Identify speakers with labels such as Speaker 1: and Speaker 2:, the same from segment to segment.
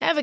Speaker 1: Ever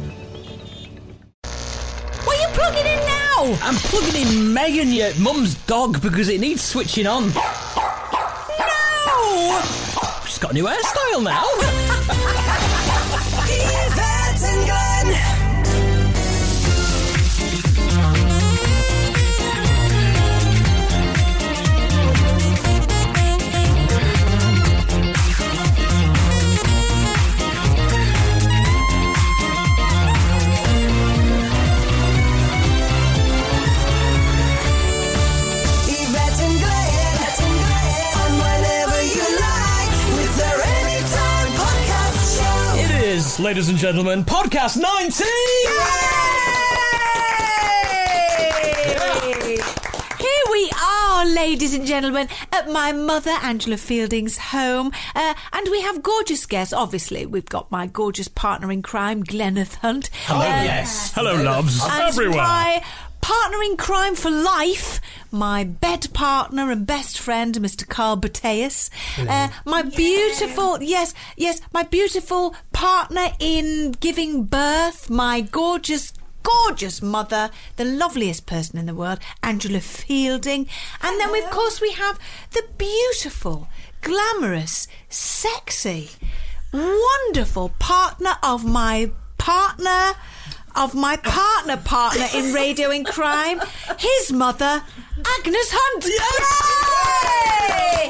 Speaker 2: What are you plugging in now?
Speaker 3: I'm plugging in Megan, your mum's dog, because it needs switching on.
Speaker 2: No!
Speaker 3: She's got a new hairstyle now.
Speaker 2: Yvette and Glenn! Yvette and Glenn, on whenever you like, with their Anytime Podcast Show.
Speaker 3: it is, ladies and gentlemen, podcast 19!
Speaker 4: Here we are, ladies and gentlemen, at my mother Angela Fielding's home, uh, and we have gorgeous guests. Obviously, we've got my gorgeous partner in crime, Gleneth Hunt.
Speaker 3: Oh,
Speaker 4: Um,
Speaker 3: yes.
Speaker 5: Hello, loves.
Speaker 4: and my partner in crime for life, my bed partner and best friend, Mr. Carl Bateus. Uh, my beautiful, yes, yes, my beautiful partner in giving birth, my gorgeous. Gorgeous mother, the loveliest person in the world, Angela Fielding. And then, we, of course, we have the beautiful, glamorous, sexy, wonderful partner of my partner of my partner partner in radio in crime his mother agnes hunt Yay!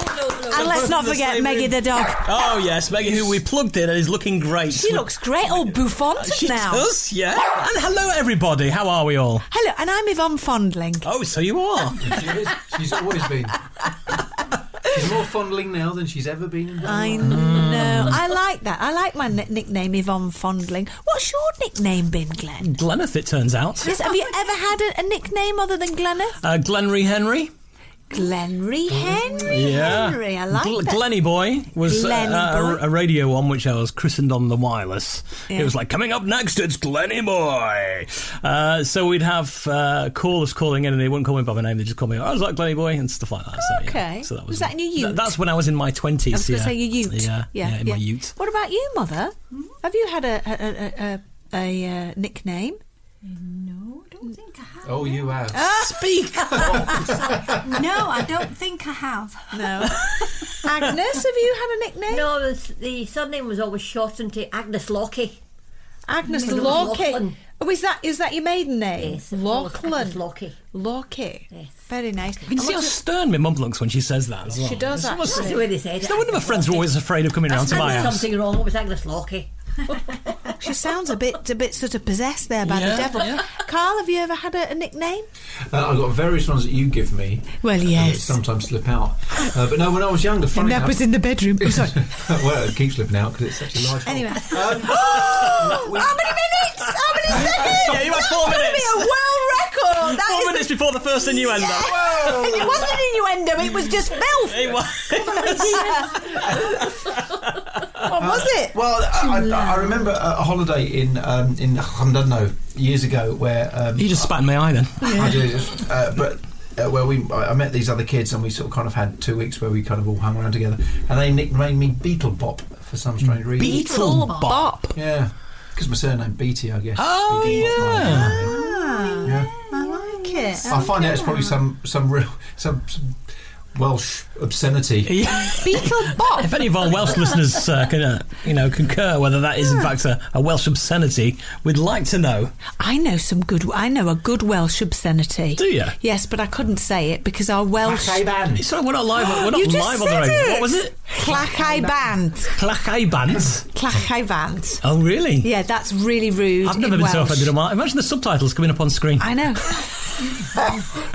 Speaker 4: and let's not
Speaker 3: The
Speaker 4: forget
Speaker 3: same
Speaker 4: meggie
Speaker 3: room.
Speaker 4: the dog
Speaker 3: Oh, yes, Megan, who we plugged in and is looking great.
Speaker 4: she looks great all bouffant
Speaker 3: She
Speaker 4: now
Speaker 3: does, yeah. And hello, everybody. How are we all?
Speaker 4: hello and i'm yvonne fondling
Speaker 3: Oh, so you are.
Speaker 6: She is. She's always been. She's more fondling now than she's ever been. In her
Speaker 4: i
Speaker 3: Hmm.
Speaker 6: life.
Speaker 4: know i like that i like my n- nickname yvonne fondling what's your nickname been glenn
Speaker 3: Gleneth, it turns out.
Speaker 4: yes have you ever had a, a nickname other than glenneth
Speaker 3: Uh, Glenry Henry.
Speaker 4: glenry henry henry i like
Speaker 3: Mm. Gl-
Speaker 4: that
Speaker 3: Glenny Boy was uh,
Speaker 4: Glenny
Speaker 3: uh,
Speaker 4: Boy.
Speaker 3: a, a radio one which I was christened on the wireless.
Speaker 4: Yeah.
Speaker 3: It was like, coming up next, it's Glenny Boy. Uh, so we'd have uh, callers calling in and they wouldn't call me by my name, they just call me, oh, I was like Glenny Boy and stuff like that. So, yeah.
Speaker 4: Okay.
Speaker 3: So that was,
Speaker 4: Was that in your
Speaker 3: Th-
Speaker 4: ute?
Speaker 3: that's when I was in my 20s.
Speaker 4: I was going
Speaker 3: yeah.
Speaker 4: to say your ute.
Speaker 3: Yeah, yeah, in my ute. Hmm?
Speaker 4: What about you, mother? Have you had a a, a, a, a uh, nickname?
Speaker 7: No, I don't think I have.
Speaker 6: Oh, you have.
Speaker 4: Ah!
Speaker 3: Speak!
Speaker 7: No, I don't think I have.
Speaker 4: No. Agnes, have you had a nickname?
Speaker 8: No, the, the surname was always shortened to Agnes Lockie.
Speaker 4: Agnes
Speaker 8: No,
Speaker 4: Lockie.
Speaker 8: Lachlan.
Speaker 4: Oh, is that is that your maiden name?
Speaker 8: Yes, of course,
Speaker 4: Lachlan.
Speaker 8: Agnes Lockie.
Speaker 4: Lockie.
Speaker 8: Yes.
Speaker 4: Very nice.
Speaker 3: You can see how stern my mum looks when she says that as well.
Speaker 4: She does
Speaker 3: It's almost-
Speaker 8: That's the way they said it.
Speaker 3: it's no wonder my friends are always afraid of coming around to
Speaker 8: And
Speaker 3: my
Speaker 8: there's
Speaker 3: house.
Speaker 8: something wrong. It was Agnes Lockie.
Speaker 4: She sounds a bit a bit sort of possessed there by the
Speaker 3: Yeah,
Speaker 4: devil. Carl, have you ever had a, a nickname?
Speaker 6: Uh, I've got various ones that you give me. uh,
Speaker 4: Well,
Speaker 6: that sometimes slip out. Uh, but no, when I was younger, funny enough,
Speaker 4: in the bedroom. Oh, sorry.
Speaker 6: well, it keeps slipping out because it's such a large. hole.
Speaker 4: Anyway.
Speaker 6: Um,
Speaker 4: Oh, how many minutes? How many seconds?
Speaker 3: Yeah, you had four
Speaker 4: That's going to
Speaker 3: minutes.
Speaker 4: be a world record.
Speaker 3: Four
Speaker 4: Oh, is-
Speaker 3: minutes before the first innuendo.
Speaker 4: it wasn't an innuendo, it was just filth.
Speaker 3: Hey, what?
Speaker 4: What was it?
Speaker 6: Uh, Well, I, I, I remember a a holiday in um, in I don't know years ago where um,
Speaker 3: You just spat in my eye then.
Speaker 6: I did, uh, but uh, where we I I met these other kids and we sort of kind of had two weeks where we kind of all hung around together and they nicknamed me Beetle Bop for some strange reason.
Speaker 3: Beetle bop.
Speaker 6: Yeah, because my surname Beatty, I guess.
Speaker 3: Oh,
Speaker 6: Beetle Bop's my
Speaker 3: yeah.
Speaker 6: name.
Speaker 4: Ah, I like it.
Speaker 6: I find out it's probably some some real some, some Welsh obscenity.
Speaker 4: Beetle Bop.
Speaker 3: If any of our Welsh listeners uh, can, uh, you know, concur whether that is in fact a, a Welsh obscenity, we'd like to know.
Speaker 4: I know some good. I know a good Welsh obscenity.
Speaker 3: Do ya?
Speaker 4: Yes, but I couldn't say it because our Welsh.
Speaker 6: Caban.
Speaker 3: Sorry, we're not live. We're not
Speaker 4: you just
Speaker 3: live on
Speaker 4: said
Speaker 3: the radio.
Speaker 4: it.
Speaker 3: What was it?
Speaker 4: Clachai band.
Speaker 3: Clackay bands.
Speaker 4: Clachai band.
Speaker 3: Oh, really?
Speaker 4: Yeah, that's really rude.
Speaker 3: I've never
Speaker 4: in
Speaker 3: been so
Speaker 4: Welsh.
Speaker 3: offended in my life. Imagine the subtitles coming up on screen.
Speaker 4: I know.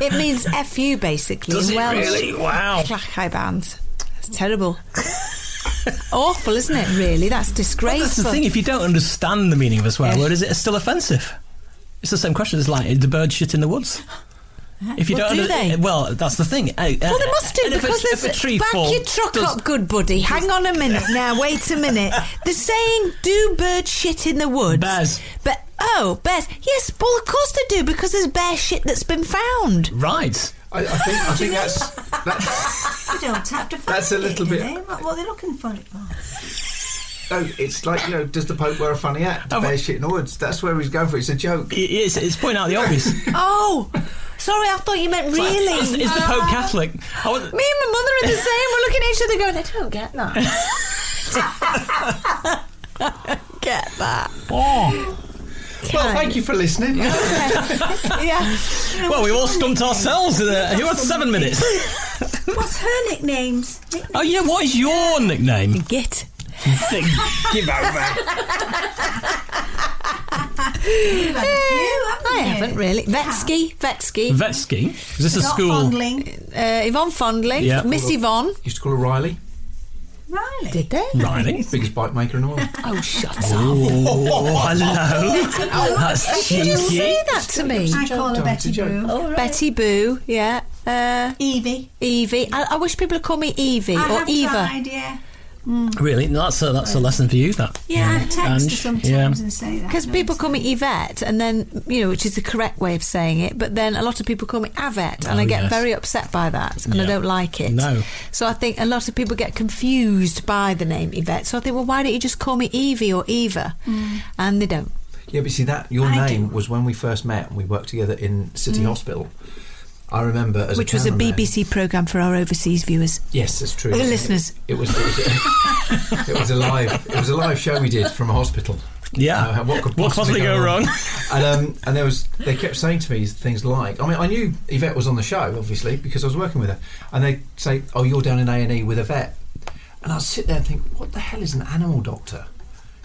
Speaker 4: it means f you basically
Speaker 3: Does
Speaker 4: in
Speaker 3: it
Speaker 4: Welsh.
Speaker 3: really? Wow.
Speaker 4: Clachai band. That's terrible. Awful, isn't it? Really, that's disgraceful.
Speaker 3: That's the thing. If you don't understand the meaning of a swear word, is it still offensive? It's the same question. It's like the bird shit in the woods. If you
Speaker 4: Well,
Speaker 3: don't,
Speaker 4: do
Speaker 3: under-
Speaker 4: they?
Speaker 3: well, that's the thing. Well,
Speaker 4: Well, they must do because
Speaker 3: if
Speaker 4: there's
Speaker 3: a tree
Speaker 4: back
Speaker 3: falls,
Speaker 4: your truck
Speaker 3: does-
Speaker 4: up, good buddy. Hang on a minute now. Wait a minute. They're saying do bird shit in the woods.
Speaker 3: Bears.
Speaker 4: but oh, bears. Yes, well, of course they do because there's bear shit that's been found.
Speaker 3: Right.
Speaker 6: I, I think I think that's that's
Speaker 7: You don't have to.
Speaker 6: That's
Speaker 7: find
Speaker 6: a little
Speaker 7: it,
Speaker 6: bit-
Speaker 7: do they? What, what are they looking for it for?
Speaker 6: no, it's like you know, does the Pope wear a funny hat?
Speaker 3: Oh,
Speaker 6: Bear shit in the woods. That's where he's going for. it. It's a joke.
Speaker 3: It- It's, it's pointing out the obvious.
Speaker 4: Oh, sorry, I thought you meant really.
Speaker 3: Is, is the Pope Catholic? I was-
Speaker 4: Me and my mother are the same. We're looking at each other going, I don't
Speaker 8: Get that.
Speaker 4: get that.
Speaker 3: Oh.
Speaker 6: Well, thank you for listening.
Speaker 4: Yeah.
Speaker 3: Well, we all stumped ourselves. Uh, who had seven minutes?
Speaker 7: What's her nicknames?
Speaker 3: Oh, yeah. What is your nickname?
Speaker 4: Git.
Speaker 3: Give over.
Speaker 4: I haven't really. Vetsky. Vetsky.
Speaker 3: Vetsky. Is this a
Speaker 7: Not
Speaker 3: school?
Speaker 7: fondling.
Speaker 4: uh, Yvonne Fondling.
Speaker 3: Yeah.
Speaker 4: Miss Yvonne.
Speaker 6: used to call her Riley,
Speaker 7: Riley.
Speaker 4: Did they?
Speaker 3: Riley.
Speaker 6: biggest bike maker in Ireland.
Speaker 4: Oh, shut
Speaker 3: Oh, hello. That's
Speaker 4: Did you
Speaker 3: cheeky.
Speaker 4: say that to me?
Speaker 7: I call her
Speaker 6: Joe,
Speaker 7: Betty
Speaker 6: Joe.
Speaker 7: Boo.
Speaker 4: Betty Boo, yeah. Uh,
Speaker 7: Evie.
Speaker 4: Evie. I, I wish people would call me Evie
Speaker 7: I
Speaker 4: or
Speaker 7: have
Speaker 4: Eva. Hmm.
Speaker 7: tried, yeah.
Speaker 3: Really? No, That's a, that's a lesson for you, that.
Speaker 7: Yeah, I text her
Speaker 3: Ange,
Speaker 7: sometimes
Speaker 3: yeah.
Speaker 7: and say that.
Speaker 4: Because
Speaker 7: no,
Speaker 4: people
Speaker 7: it's-
Speaker 4: call me Yvette, and then, you know, which is the correct way of saying it, but then a lot of people call me Avette, and
Speaker 3: Oh,
Speaker 4: I get
Speaker 3: yes.
Speaker 4: very upset by that, and I
Speaker 3: Yeah.
Speaker 4: don't like it.
Speaker 3: No.
Speaker 4: So I think a lot of people get confused by the name Yvette. So I think, well, why don't you just call me Evie or Eva? And they don't.
Speaker 6: Yeah, but see that your
Speaker 7: I
Speaker 6: name
Speaker 7: do.
Speaker 6: was when we first met and we worked together in City Hospital. I remember as
Speaker 4: Mm. Which was a
Speaker 6: cameraman-
Speaker 4: BBC programme for our overseas viewers.
Speaker 6: Yes, that's true.
Speaker 4: The
Speaker 6: It-
Speaker 4: listeners.
Speaker 6: It was. It was, a, it was a live. It was a live show we did from a hospital.
Speaker 3: Yeah.
Speaker 6: Uh, what could possibly go
Speaker 3: wrong?
Speaker 6: wrong? And um, and there was they kept saying to me things like, I mean, I knew Yvette was on the show obviously because I was working with her, and they would say, oh, you're down in A and E with a vet, and I'd sit there and think, what the hell is an animal doctor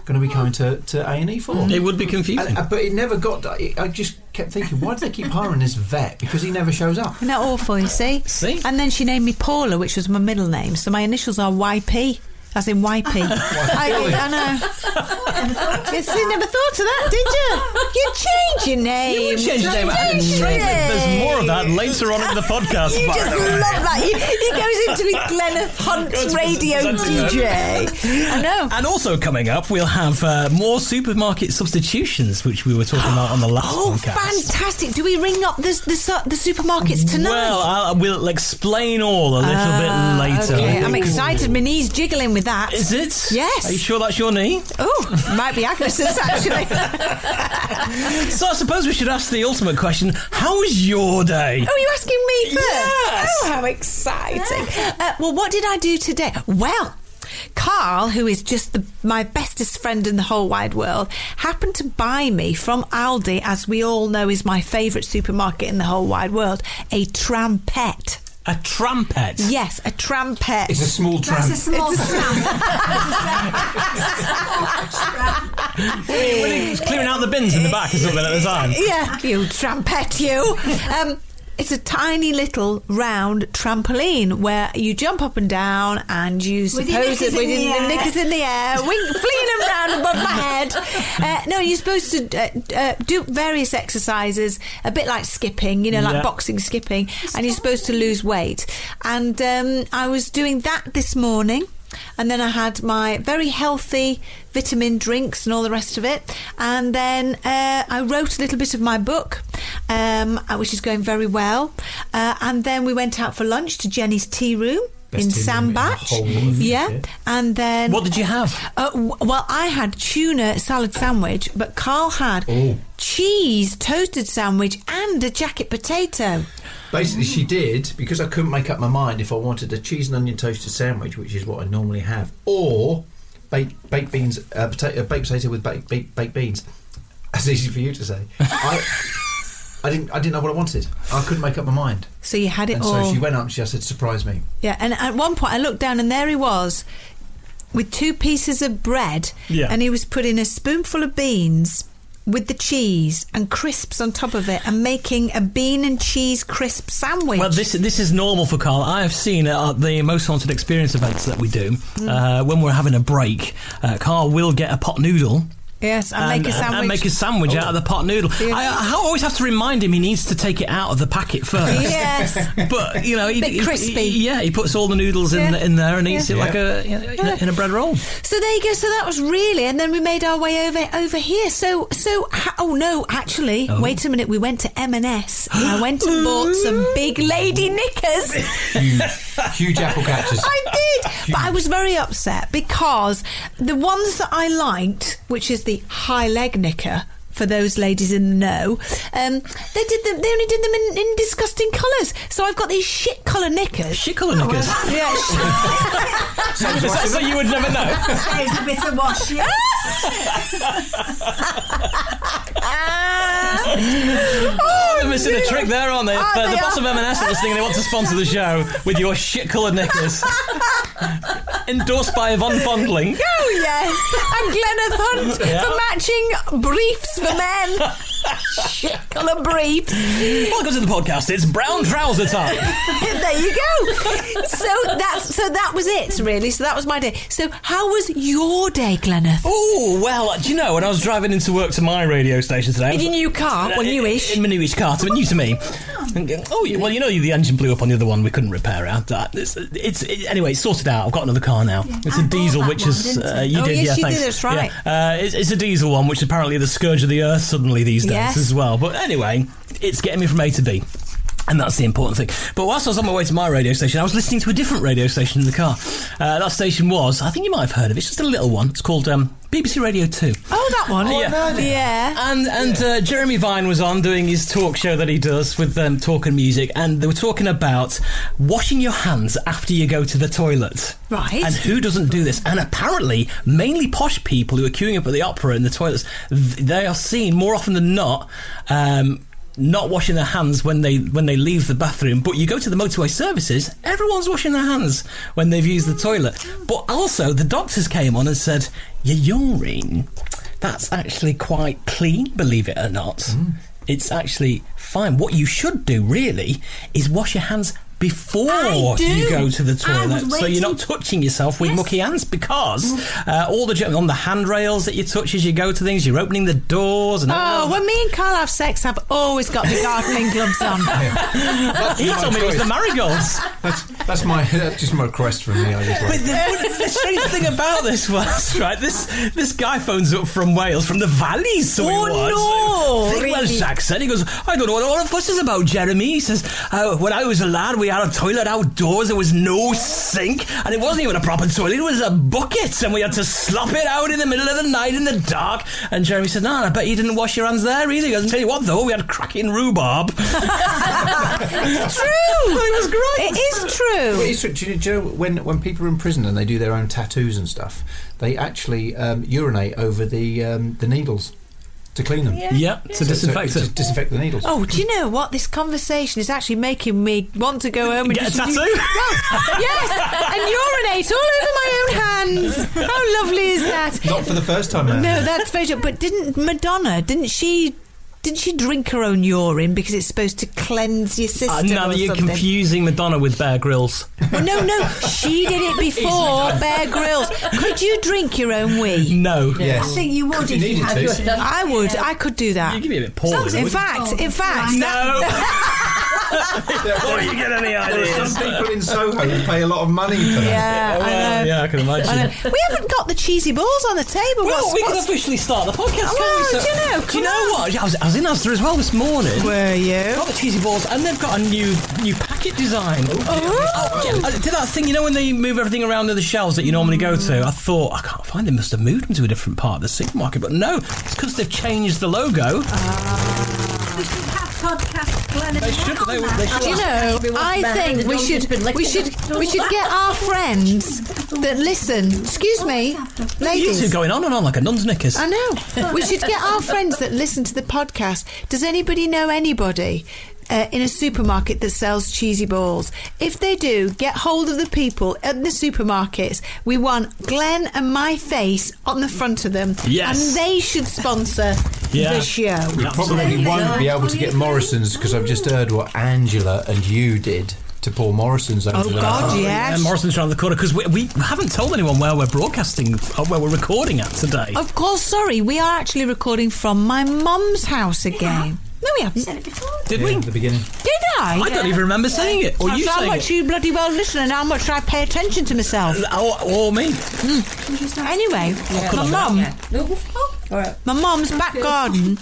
Speaker 6: going to be coming to to A and E for?
Speaker 3: Mm. It would be confusing.
Speaker 6: And, uh, but it never got. I I just kept thinking, why do they keep hiring this vet? Because he never shows up.
Speaker 4: Isn't that awful, you see?
Speaker 3: See?
Speaker 4: And then she named me Paula, which was my middle name. So my initials are YP. As in YP. I, I know. Yes, you never thought of that, did you? You change your name.
Speaker 3: You would change your name
Speaker 4: Don't
Speaker 3: administratively.
Speaker 4: you?
Speaker 3: There's more of that later on in the podcast,
Speaker 4: You
Speaker 3: by
Speaker 4: just
Speaker 3: the way.
Speaker 4: love that. He, he goes into his Gleneth Hunt
Speaker 3: Goes
Speaker 4: radio
Speaker 3: presenting
Speaker 4: DJ. I know.
Speaker 3: And also coming up, we'll have uh, more supermarket substitutions, which we were talking about on the last
Speaker 4: Oh,
Speaker 3: podcast.
Speaker 4: fantastic. Do we ring up the, the, su- the supermarkets tonight?
Speaker 3: Well, I'll, we'll explain all a little bit later.
Speaker 4: Ah, Okay, I'm excited. My knee's jiggling with that.
Speaker 3: Is it?
Speaker 4: Yes.
Speaker 3: Are you sure that's your knee?
Speaker 4: Oh, might be Agnes's actually.
Speaker 3: So I suppose we should ask the ultimate question: How was your day?
Speaker 4: Oh, you're asking me first?
Speaker 3: Yes.
Speaker 4: Oh, how exciting. Uh, well, what did I do today? Well, Carl, who is just the, my bestest friend in the whole wide world, happened to buy me from Aldi, as we all know is my favourite supermarket in the whole wide world, a trampette.
Speaker 3: A trumpet.
Speaker 4: Yes, a trampette.
Speaker 6: It's a small
Speaker 7: That's
Speaker 6: tramp.
Speaker 7: a small tramp.
Speaker 3: Clearing out the bins in the back or something at the time.
Speaker 4: Yeah, you trampette, you. Um, It's a tiny little round trampoline where you jump up and down and you
Speaker 7: With your
Speaker 4: suppose
Speaker 7: knickers in the air.
Speaker 4: knickers in the air, wink, fling them round above my head. Uh, no, you're supposed to uh, uh, do various exercises, a bit like skipping, you know, like
Speaker 3: Yeah.
Speaker 4: boxing, skipping, and you're supposed to lose weight. And um, I was doing that this morning. And then I had my very healthy vitamin drinks and all the rest of it. And then uh, I wrote a little bit of my book, um, uh, which is going very well. Uh, and then we went out for lunch to Jenny's Tea Room
Speaker 6: Best
Speaker 4: in
Speaker 6: tea room in the
Speaker 4: Sandbach.
Speaker 6: whole world,
Speaker 4: yeah.
Speaker 6: yeah.
Speaker 4: And then.
Speaker 3: What did you have?
Speaker 4: Uh, w- well, I had tuna salad sandwich, but Carl had
Speaker 3: Oh.
Speaker 4: cheese toasted sandwich and a jacket potato.
Speaker 6: Basically, she did because I couldn't make up my mind if I wanted a cheese and onion toasted sandwich, which is what I normally have, or baked baked beans, uh, potato, baked potato with baked baked, baked beans. That's easy for you to say. I, I didn't I didn't know what I wanted. I couldn't make up my mind,
Speaker 4: So you had it
Speaker 6: and
Speaker 4: all.
Speaker 6: so she went up. and She said, "Surprise me."
Speaker 4: yeah, and at one point I looked down and there he was with two pieces of bread,
Speaker 3: Yeah.
Speaker 4: and he was putting a spoonful of beans with the cheese and crisps on top of it and making a bean and cheese crisp sandwich.
Speaker 3: Well, this this is normal for Carl. I have seen at the most haunted experience events that we do
Speaker 4: Hmm.
Speaker 3: uh, when we're having a break. Uh, Carl will get a pot noodle.
Speaker 4: yes, and, make a sandwich.
Speaker 3: and make a sandwich out of the pot noodle.
Speaker 4: Yeah.
Speaker 3: I, I always have to remind him he needs to take it out of the packet first.
Speaker 4: yes.
Speaker 3: But you know, he,
Speaker 4: Bit
Speaker 3: he-
Speaker 4: crispy.
Speaker 3: he- yeah, he puts all the noodles in
Speaker 4: Yeah.
Speaker 3: in there and eats
Speaker 4: Yeah.
Speaker 3: it like a in, a in a bread roll.
Speaker 4: So there you go. So that was really, and then we made our way over over here. So so ha- oh no, actually,
Speaker 3: Oh.
Speaker 4: wait a minute. We went to M and S. I went and bought some big lady knickers.
Speaker 6: Huge, huge apple catchers.
Speaker 4: I did, but I was very upset because the ones that I liked, which is the high leg knicker. For those ladies in the know, um, they did them. They only did them in, in disgusting colours. So I've got these shit colour knickers. Oh,
Speaker 3: Shit colour knickers.
Speaker 4: Yeah, shit.
Speaker 3: so you would never know.
Speaker 7: Saves a bit of wash, yeah.
Speaker 3: They're missing a trick there, aren't they?
Speaker 4: Oh, Ah,
Speaker 3: the,
Speaker 4: they
Speaker 3: the boss
Speaker 4: are.
Speaker 3: of M&S are listening. They want to sponsor the show with your shit coloured knickers, endorsed by Yvonne Fondling.
Speaker 4: Oh yes, and Glenneth Hunt
Speaker 3: Yeah.
Speaker 4: for matching briefs for men. Shit colour briefs.
Speaker 3: Welcome to the podcast. It's brown trouser time.
Speaker 4: there you go. So that's so that was it really. So that was my day. So how was your day, Glenneth?
Speaker 3: Oh well, do you know when I was driving into work to my radio station today? I
Speaker 4: In
Speaker 3: was- Uh,
Speaker 4: your new car, well,
Speaker 3: In-
Speaker 4: newish.
Speaker 3: In my newish car, so new to me. Oh you- well, you know the engine blew up on the other one. We couldn't repair it. That- It's, it's it, anyway, it's sorted out. I've got another car now. It's
Speaker 7: I
Speaker 3: a
Speaker 7: bought
Speaker 3: diesel,
Speaker 7: that
Speaker 3: which
Speaker 7: one,
Speaker 3: is
Speaker 7: didn't
Speaker 3: uh,
Speaker 7: I?
Speaker 3: you
Speaker 4: Oh,
Speaker 3: did.
Speaker 4: yes,
Speaker 3: yeah,
Speaker 4: you did,
Speaker 3: thanks.
Speaker 4: that's right.
Speaker 3: Yeah. Uh, it's, it's a diesel one, which apparently the scourge of the earth suddenly these days
Speaker 4: Yes.
Speaker 3: as well. But anyway, it's getting me from A to B. And that's the important thing. But whilst I was on my way to my radio station, I was listening to a different radio station in the car. Uh, that station was, I think you might have heard of it, it's just a little one. It's called um, BBC Radio 2.
Speaker 4: Oh, that one.
Speaker 3: Yeah.
Speaker 4: yeah.
Speaker 3: And and uh, Jeremy Vine was on doing his talk show that he does with um, talk and music, and they were talking about washing your hands after you go to the toilet.
Speaker 4: Right.
Speaker 3: And who doesn't do this? And apparently, mainly posh people who are queuing up at the opera in the toilets, th- they are seen more often than not. Um, not washing their hands when they when they leave the bathroom, but you go to the motorway services, everyone's washing their hands when they've used the toilet. But also, the doctors came on and said, "Your urine, that's actually quite clean, believe it or not.
Speaker 7: Mm.
Speaker 3: It's actually fine. What you should do really is wash your hands." Before
Speaker 7: I do.
Speaker 3: you go to the
Speaker 7: I was
Speaker 3: toilet, so you're not
Speaker 7: waiting
Speaker 3: touching yourself with mucky hands because uh, all the on the handrails that you touch as you go to things, you're opening the doors and
Speaker 4: Oh, when me and Carl have sex, I've always got the gardening gloves on.
Speaker 3: he
Speaker 6: my
Speaker 3: told me it was
Speaker 6: choice.
Speaker 3: the marigolds.
Speaker 6: That's, that's my that's just my request from me. I just
Speaker 3: But
Speaker 6: like,
Speaker 3: the, the strange thing about this was right. This this guy phones up from Wales, from the valleys. So he
Speaker 4: Oh,
Speaker 3: was.
Speaker 4: no,
Speaker 3: Thick Welsh
Speaker 4: really?
Speaker 3: accent. He goes, I don't know what all the fuss is about, Jeremy. He says, uh, when I was a lad, we had a toilet outdoors. There was no sink, and it wasn't even a proper toilet. It was a bucket, and we had to slop it out in the middle of the night in the dark. And Jeremy said, No, I bet you didn't wash your hands there either. He goes, Tell you what though, we had cracking rhubarb.
Speaker 4: it's true.
Speaker 3: Oh, it was great.
Speaker 4: It is true.
Speaker 6: But it's, do you do you know when when people are in prison and they do their own tattoos and stuff, they actually um, urinate over the um, the needles to clean them.
Speaker 3: Yeah, to
Speaker 6: So- so
Speaker 3: disinfect
Speaker 6: to
Speaker 3: it.
Speaker 6: disinfect the needles.
Speaker 4: Oh, do you know what? This conversation is actually making me want to go home and
Speaker 3: Get a
Speaker 4: just
Speaker 3: tattoo?
Speaker 4: yes, and urinate all over my own hands. How lovely is that?
Speaker 6: Not for the first time. Anne.
Speaker 4: No, that's very true. But didn't Madonna? Didn't she Didn't she drink her own urine because it's supposed to cleanse your system?
Speaker 3: Uh, now
Speaker 4: or
Speaker 3: that you're
Speaker 4: something?
Speaker 3: confusing Madonna with Bear Grylls.
Speaker 4: Well, no, no, she did it before
Speaker 3: Easily done.
Speaker 4: Bear Grylls. Could you drink your own wee?
Speaker 3: No.
Speaker 7: I
Speaker 6: Yes.
Speaker 7: think you would
Speaker 6: If you
Speaker 7: if you
Speaker 6: needed
Speaker 7: had
Speaker 6: to.
Speaker 7: your
Speaker 4: I would. I could do
Speaker 3: You
Speaker 4: that.
Speaker 3: give me a bit poorly.
Speaker 4: In
Speaker 3: wouldn't
Speaker 4: fact,
Speaker 6: Oh,
Speaker 4: in fact,
Speaker 3: you?
Speaker 4: that-
Speaker 3: no. Before you get any
Speaker 6: There are
Speaker 3: ideas.
Speaker 6: some people in Soho who pay a lot of money for that.
Speaker 4: yeah,
Speaker 3: Oh,
Speaker 4: I
Speaker 3: well,
Speaker 4: know.
Speaker 3: yeah, I can
Speaker 4: I know.
Speaker 3: imagine.
Speaker 4: We haven't got the cheesy balls on the table.
Speaker 3: Well,
Speaker 4: What's-
Speaker 3: we can
Speaker 4: what's-
Speaker 3: officially start the podcast.
Speaker 4: Well,
Speaker 3: can't we?
Speaker 4: do you know,
Speaker 3: Do
Speaker 4: come
Speaker 3: you know
Speaker 4: on.
Speaker 3: what? I was, I was in Asda as well this morning.
Speaker 4: Were you?
Speaker 3: Got the cheesy balls, and they've got a new new packet design. Oh, yeah. I did that thing, you know, when they move everything around to the shelves that you normally go to. I thought I can't find. They must have moved them to a different part of the supermarket, but no, it's because they've changed the logo.
Speaker 7: We should have podcast Glenn and
Speaker 3: They should-
Speaker 7: Glenn
Speaker 3: they
Speaker 7: on
Speaker 3: would-
Speaker 7: that.
Speaker 3: they should-
Speaker 4: Do you know? I think we should we should we should get our friends that listen. Excuse me,
Speaker 3: you two
Speaker 4: ladies.
Speaker 3: going on and on like a nun's knickers.
Speaker 4: I know. We should get our friends that listen to the podcast. Does anybody know anybody uh, in a supermarket that sells cheesy balls? If they do, get hold of the people at the supermarkets. We want Glenn and my face on the front of them.
Speaker 3: Yes.
Speaker 4: And they should sponsor
Speaker 3: Yeah.
Speaker 4: the show.
Speaker 6: We probably won't be able to get Morrison's because I've just heard what Angela and you did to Paul Morrison's over
Speaker 4: Oh,
Speaker 6: the
Speaker 4: God,
Speaker 6: last-
Speaker 4: yes.
Speaker 3: And Morrison's around the corner because we, we haven't told anyone where we're broadcasting, uh, where we're recording at today.
Speaker 4: Of course, sorry, we are actually recording from my mum's house again. No, we haven't.
Speaker 7: Said it before.
Speaker 3: Did
Speaker 6: Yeah,
Speaker 3: we?
Speaker 6: at the beginning.
Speaker 4: Did I?
Speaker 3: I don't even remember saying it. Or
Speaker 4: That's
Speaker 3: you
Speaker 4: how
Speaker 3: saying
Speaker 4: much
Speaker 3: it. Uh,
Speaker 4: you bloody well listen and how much I pay attention to myself. Hmm.
Speaker 3: Or, or me.
Speaker 4: Anyway, my mum, my mum's back garden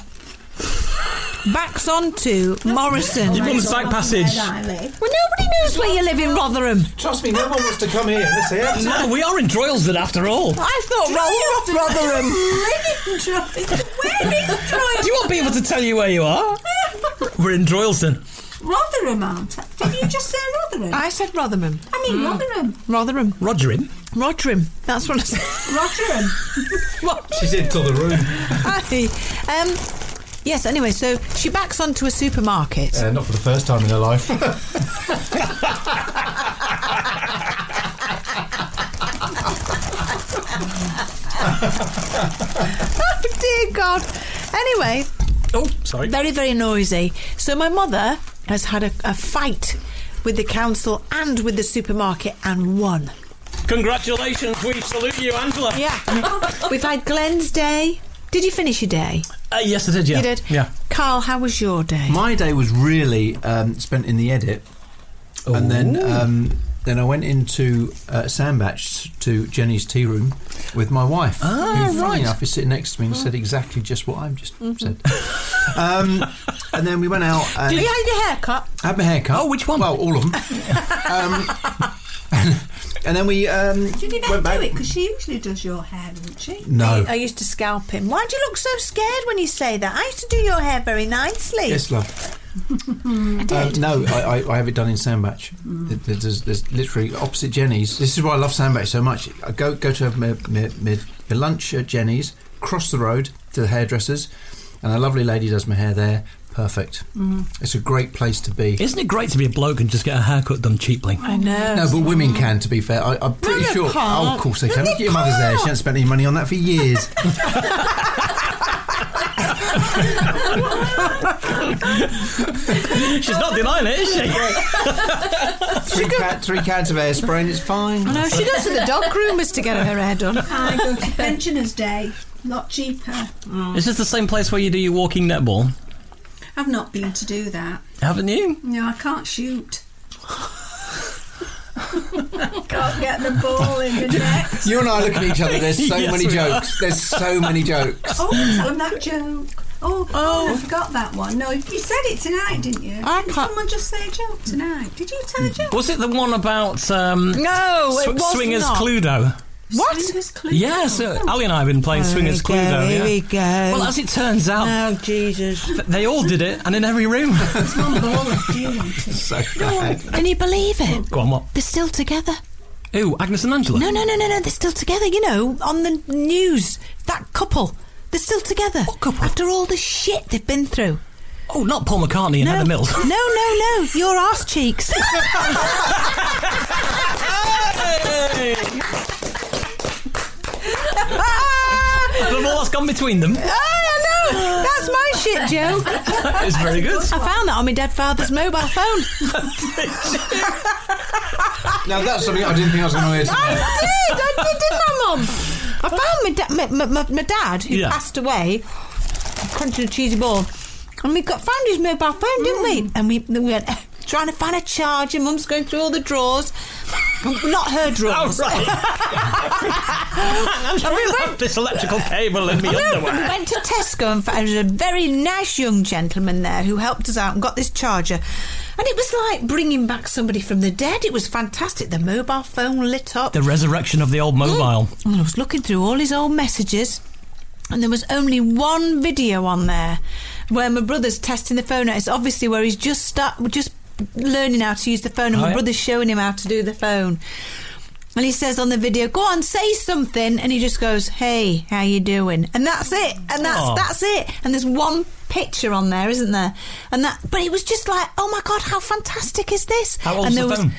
Speaker 4: backs onto Morrison.
Speaker 3: Your
Speaker 4: Well,
Speaker 3: mum's back passage.
Speaker 7: I live.
Speaker 4: nobody knows where you live in Rotherham.
Speaker 6: Trust me, no one wants to come here. Let's hear it.
Speaker 3: No, we are in Droylsden after all.
Speaker 4: I thought Rotherham. Rotherham.
Speaker 3: Do you want people to tell you where you are? We're in Droylsden.
Speaker 7: Rotherham, aren't I? Did you just say Rotherham? I,
Speaker 4: I said Rotherham. Mm.
Speaker 7: mean Rotherham.
Speaker 4: Rotherham.
Speaker 3: Roger him.
Speaker 4: Rotherham. That's what I said.
Speaker 7: Rotherham.
Speaker 4: Rotherham.
Speaker 6: She's into the room.
Speaker 4: Hi. Um, yes, anyway, so she backs onto a supermarket.
Speaker 6: Uh, not for the first time in her life.
Speaker 3: Uh,
Speaker 4: Oh, dear God. Anyway,
Speaker 3: Oh, sorry.
Speaker 4: very, very noisy. So my mother has had a, a fight with the council and with the supermarket and won.
Speaker 3: Congratulations. We salute you, Angela.
Speaker 4: Yeah. We've had Glenn's day. Did you finish your day?
Speaker 3: Uh, yes, I did. Yeah.
Speaker 4: You did?
Speaker 3: Yeah.
Speaker 4: Carl, how was your day?
Speaker 6: My day was really um, spent in the edit, and then um, then I went into uh, Sandbach to Jenny's tea room with my wife,
Speaker 3: Ah,
Speaker 6: who,
Speaker 3: right.
Speaker 6: funny enough, is sitting next to me and said exactly just what I've just said. um, and then we went out. And
Speaker 4: Did you have your haircut?
Speaker 6: had my haircut.
Speaker 3: Oh, which one?
Speaker 6: Well, all of them. um, and then we um,
Speaker 7: Did you
Speaker 6: went
Speaker 7: not
Speaker 6: back.
Speaker 7: do it? Because she usually does your hair, doesn't she?
Speaker 6: No.
Speaker 4: I used to scalp him. Why do you look so scared when you say that? I used to do your hair very nicely.
Speaker 6: Yes, love. Uh, no, I, I, I have it done in Sandbach. Th- th- There's, there's literally opposite Jenny's. This is why I love Sandbach so much. I go go to have my, my, my, my lunch at Jenny's, cross the road to the hairdressers, and a lovely lady does my hair there. Perfect.
Speaker 7: Mm.
Speaker 6: It's a great place to be.
Speaker 3: Isn't it great to be a bloke and just get a haircut done cheaply?
Speaker 4: I know.
Speaker 6: no, but women can, to be fair. I, I'm pretty
Speaker 4: they
Speaker 6: sure.
Speaker 4: can't.
Speaker 6: Oh, of course they
Speaker 4: No,
Speaker 6: can.
Speaker 4: they
Speaker 6: Look at your mother's hair. She
Speaker 4: can't.
Speaker 6: hasn't spent any money on that for years.
Speaker 3: She's not denying it, is she?
Speaker 6: three, ca- three cans of hairspray and it's fine.
Speaker 4: Oh, No, she goes to the dog groomers to get her hair done.
Speaker 7: I go to pensioners' day. Lot cheaper.
Speaker 3: Is this the same place where you do your walking netball?
Speaker 7: I've not been to do that.
Speaker 3: Haven't you?
Speaker 7: No, I can't shoot. can't get the ball in the net.
Speaker 6: You and I look at each other. There's so
Speaker 3: Yes,
Speaker 6: many
Speaker 3: we are.
Speaker 6: jokes. There's so many jokes.
Speaker 7: Oh, tell him that joke. Oh, I forgot that one. No, you said it tonight, didn't you?
Speaker 4: I
Speaker 7: Did
Speaker 4: can't-
Speaker 7: someone just say a joke tonight? Did you tell a joke?
Speaker 3: Was it the one about um,
Speaker 4: No, it was
Speaker 3: Swingers
Speaker 4: not.
Speaker 3: Cluedo?
Speaker 4: What?
Speaker 7: Swingers Cluedo.
Speaker 3: Yes, uh, Ali and I have been
Speaker 4: Oh,
Speaker 3: playing Swingers
Speaker 4: we go,
Speaker 3: Cluedo.
Speaker 4: here
Speaker 3: yeah.
Speaker 4: we go.
Speaker 3: Well, as it turns out,
Speaker 4: Oh Jesus!
Speaker 3: th- they all did it, and in every room.
Speaker 7: It's one ball if you want it.
Speaker 6: So bad.
Speaker 4: Can you believe it?
Speaker 3: Go on, what?
Speaker 4: They're still together.
Speaker 3: Ooh, Agnes and Angela.
Speaker 4: No, no, no, no, no. They're still together. You know, on the news, that couple. They're still together.
Speaker 3: What couple?
Speaker 4: After all the shit they've been through.
Speaker 3: Oh, not Paul McCartney and
Speaker 4: no,
Speaker 3: Heather Mills.
Speaker 4: no, no, no. Your arse cheeks.
Speaker 3: Hey! the more that's gone between them.
Speaker 4: Ah, no, that's was my shit joke.
Speaker 3: It's very good.
Speaker 4: I found that on my dead father's mobile phone.
Speaker 6: Now that's something I didn't think I was going to hear.
Speaker 4: I
Speaker 6: today.
Speaker 4: did. I did, didn't I, Mum? I found my, da- my, my, my, my dad, who
Speaker 3: Yeah.
Speaker 4: passed away, crunching a cheesy ball, and we got found his mobile phone, didn't
Speaker 3: Mm.
Speaker 4: we? And we, we went eh, trying to find a charger. Mum's going through all the drawers. Not her
Speaker 3: Oh,
Speaker 4: drawers.
Speaker 3: right. I'm trying to have this electrical cable in
Speaker 4: No,
Speaker 3: my
Speaker 4: but we
Speaker 3: underwear.
Speaker 4: went to Tesco and found a very nice young gentleman there who helped us out and got this charger. And it was like bringing back somebody from the dead. It was fantastic. The mobile phone lit up.
Speaker 3: The resurrection of the old mobile.
Speaker 4: And I was looking through all his old messages, and there was only one video on there where my brother's testing the phone out. It's obviously where he's just start, just learning how to use the phone, and
Speaker 3: Oh,
Speaker 4: my
Speaker 3: yeah.
Speaker 4: brother's showing him how to do the phone. And he says on the video, "Go on, say something," and he just goes, "Hey, how you doing?" And that's it. And that's
Speaker 3: Aw.
Speaker 4: that's it. And there's one picture on there, isn't there? And that, but it was just like, "Oh my god, how fantastic is this?"
Speaker 3: How old's
Speaker 4: and there
Speaker 3: the
Speaker 4: was
Speaker 3: phone?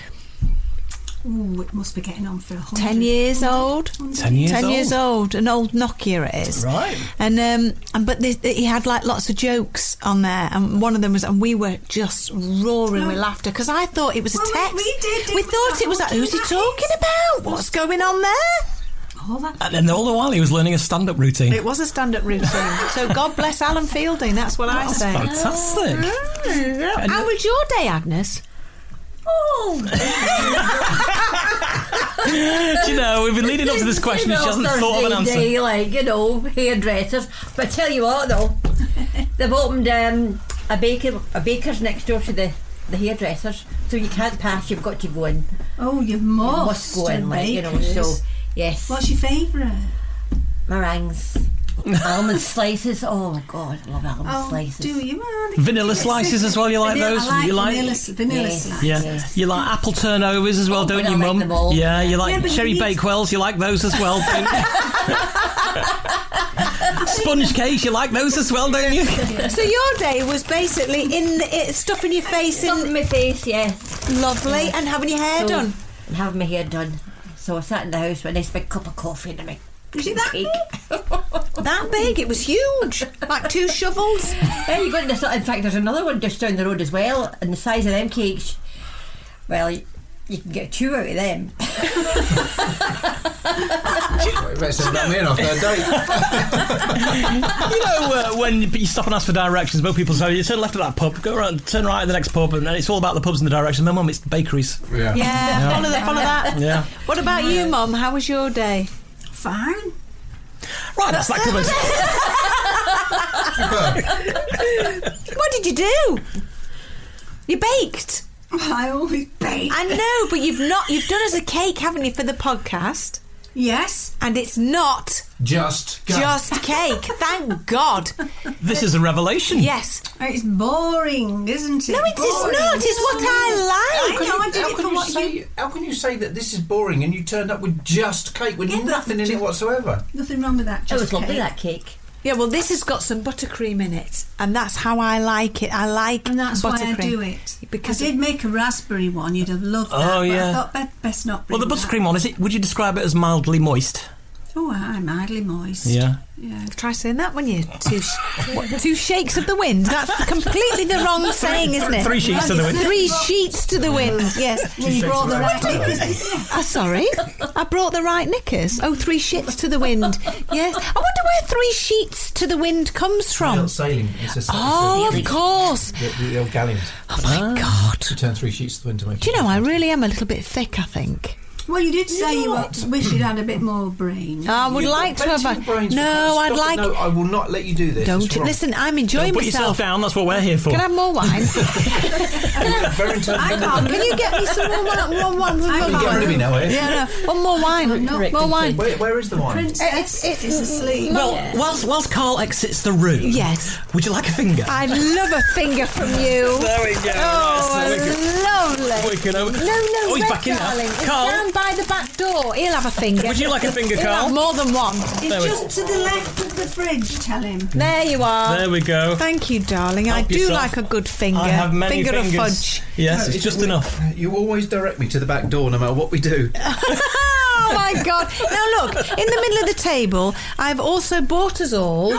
Speaker 7: Ooh, it must be getting on for a hundred.
Speaker 4: ten years old.
Speaker 3: 10 years
Speaker 4: ten
Speaker 3: old.
Speaker 4: years old, an old Nokia it is.
Speaker 3: Right.
Speaker 4: And um, and but they, they- he had like lots of jokes on there, and one of them was, and we were just roaring with laughter because I thought it was a
Speaker 7: Well, we-
Speaker 4: text.
Speaker 7: we did, didn't we?
Speaker 4: We thought it was like, who's he
Speaker 7: That
Speaker 4: talking
Speaker 7: is-
Speaker 4: about? What's going on there?
Speaker 7: Oh, that.
Speaker 3: And all the while he was learning a stand-up routine.
Speaker 4: It was a stand-up routine. so God bless Alan Fielding. That's what I say.
Speaker 3: Fantastic. And-
Speaker 4: How was your day, Agnes? Oh.
Speaker 3: Do you know, we've been leading up to this question and she hasn't thought of an
Speaker 8: Thursday
Speaker 3: answer.
Speaker 8: Day, like you know, hairdressers. But I tell you what, though, they've opened um, a baker, a baker's next door to the the hairdressers, so you can't pass. You've got to go in.
Speaker 7: Oh, you
Speaker 8: You
Speaker 7: must.
Speaker 8: must go in,
Speaker 7: and
Speaker 8: like you know. So
Speaker 7: bakers.
Speaker 8: yes,
Speaker 7: What's your favourite?
Speaker 8: meringues, almond slices. Oh my God, I love almond
Speaker 7: Oh,
Speaker 8: slices.
Speaker 7: do you, man?
Speaker 3: Vanilla slices as well, you like
Speaker 7: Vanilla-
Speaker 3: those?
Speaker 7: I like
Speaker 3: You like-
Speaker 7: vanilla, sli- vanilla
Speaker 8: Yes.
Speaker 7: slices.
Speaker 3: Yeah,
Speaker 8: Yes.
Speaker 3: you like apple turnovers as well,
Speaker 8: Oh,
Speaker 3: don't
Speaker 8: but
Speaker 3: you,
Speaker 8: I like
Speaker 3: Mum?
Speaker 8: them all.
Speaker 3: Yeah, you
Speaker 7: Yeah,
Speaker 3: like
Speaker 7: but you
Speaker 3: cherry
Speaker 7: need-
Speaker 3: bakewells. You like those as well. Don't you? Sponge cakes. You like those as well, don't you?
Speaker 4: So your day was basically in the, it, stuffing your face
Speaker 8: Stuff
Speaker 4: in
Speaker 8: in my face, yes.
Speaker 4: lovely and having your hair
Speaker 8: So-
Speaker 4: done.
Speaker 8: And having my hair done. So I sat in the house with a nice big cup of coffee and a big
Speaker 4: Was it that
Speaker 8: cake.
Speaker 4: That big? It was huge. Like two shovels.
Speaker 8: There you go. And there's- In fact, there's another one just down the road as well, and the size of them cakes, well, you, you can get two out of them.
Speaker 6: Brett said about me and our third date.
Speaker 3: you know uh, when you, you stop and ask for directions, most people say you turn left at that pub, go right, turn right at the next pub, and it's all about the pubs and the directions. My mum, it's bakeries.
Speaker 6: Yeah.
Speaker 4: Yeah, follow that, follow that.
Speaker 3: Yeah.
Speaker 4: What about you, Mum? How was your day?
Speaker 7: Fine.
Speaker 3: Right, that's that covered.
Speaker 4: What did you do? You baked.
Speaker 7: I always bake.
Speaker 4: I know, but you've not. You've done us a cake, haven't you, for the podcast?
Speaker 7: Yes.
Speaker 4: And it's not
Speaker 6: Just go.
Speaker 4: just cake. Thank God.
Speaker 3: This is a revelation.
Speaker 4: Yes.
Speaker 7: It's boring, isn't it?
Speaker 4: No, it is
Speaker 7: Boring.
Speaker 4: not. It's what
Speaker 6: How
Speaker 4: I
Speaker 6: can
Speaker 4: like.
Speaker 7: know,
Speaker 6: you-
Speaker 7: I did
Speaker 6: how
Speaker 7: it
Speaker 6: can
Speaker 7: for
Speaker 6: you
Speaker 7: what you-
Speaker 6: say- How can you say that this is boring and you turned up with just cake with nothing in it whatsoever?
Speaker 7: Nothing wrong with that.
Speaker 8: It
Speaker 3: Oh,
Speaker 7: Just
Speaker 8: was lovely
Speaker 7: cake.
Speaker 8: that cake.
Speaker 4: Yeah, well, this has got some buttercream in it, and that's how I like it. I like
Speaker 7: And that's why I
Speaker 4: buttercream.
Speaker 7: do it.
Speaker 4: Because
Speaker 7: I did make a raspberry one. You'd have loved that.
Speaker 3: Oh,
Speaker 7: but
Speaker 3: yeah.
Speaker 7: I thought best, best not.
Speaker 3: Well,
Speaker 7: Bring
Speaker 3: the
Speaker 7: That.
Speaker 3: buttercream one is it? Would you describe it as mildly moist?
Speaker 7: Oh, I'm idly moist.
Speaker 3: Yeah.
Speaker 7: Yeah.
Speaker 4: Try saying that when you two, sh- what, two shakes of the wind. That's completely the wrong saying, isn't it?
Speaker 3: Three sheets to the wind.
Speaker 4: Three sheets to the wind. Yes.
Speaker 7: When you brought the right knickers. Yeah.
Speaker 4: Oh, sorry, I brought the right knickers. Oh, three shits to the wind. Yes. I wonder where three sheets to the wind comes
Speaker 6: Not
Speaker 4: from.
Speaker 6: sailing. It's a
Speaker 4: Oh, of course.
Speaker 6: The, the, the old galleons. Ah.
Speaker 4: Oh my God.
Speaker 6: You turn three sheets to the wind to make.
Speaker 4: Do you know I really am a little bit thick. I think.
Speaker 7: Well, you did say you, wa- wish you'd had a bit more brain.
Speaker 4: I would
Speaker 6: You've got
Speaker 4: like to
Speaker 6: plenty
Speaker 4: have
Speaker 6: of
Speaker 4: a.
Speaker 6: brains for
Speaker 4: No,
Speaker 6: this.
Speaker 4: I'd
Speaker 6: Stop it.
Speaker 4: like.
Speaker 6: No, I will not let you do this.
Speaker 4: Don't
Speaker 6: It's
Speaker 4: you-
Speaker 6: wrong.
Speaker 4: listen. I'm enjoying
Speaker 3: Put
Speaker 4: myself.
Speaker 3: yourself down. That's what we're here for.
Speaker 4: Can I have more wine?
Speaker 6: Very intelligent.
Speaker 7: I can't.
Speaker 4: Can you get me some more wine? One, one, one,
Speaker 7: I
Speaker 4: one,
Speaker 7: can't.
Speaker 6: You get rid of me now, eh?
Speaker 4: Yeah, no. One more wine. more wine.
Speaker 6: Where, where is the wine?
Speaker 7: Princess is asleep.
Speaker 3: Well, whilst whilst Carl exits the room,
Speaker 4: Yes.
Speaker 3: Would you like a finger?
Speaker 4: I love a finger from you.
Speaker 3: There we go.
Speaker 4: Oh,
Speaker 3: Right, so we can-
Speaker 4: lovely.
Speaker 3: we can open-
Speaker 4: No, no,
Speaker 3: Oh, he's
Speaker 4: Red
Speaker 3: back in now.
Speaker 4: darling. It's
Speaker 3: Carl.
Speaker 4: down by the back door. He'll have a finger.
Speaker 3: Would you like a finger,
Speaker 4: He'll have
Speaker 3: Carl?
Speaker 4: more than one.
Speaker 3: There
Speaker 7: It's
Speaker 3: we-
Speaker 7: just to the left of the fridge. Tell him.
Speaker 4: There you are.
Speaker 3: There we go.
Speaker 4: Thank you, darling. I
Speaker 3: Help
Speaker 4: do
Speaker 3: yourself.
Speaker 4: like a good finger.
Speaker 3: I have many
Speaker 4: finger of
Speaker 3: fingers.
Speaker 4: fudge.
Speaker 3: Yes, it's just enough.
Speaker 6: You always direct me to the back door, no matter what we do.
Speaker 4: Oh my god! Now look, in the middle of the table, I've also bought us all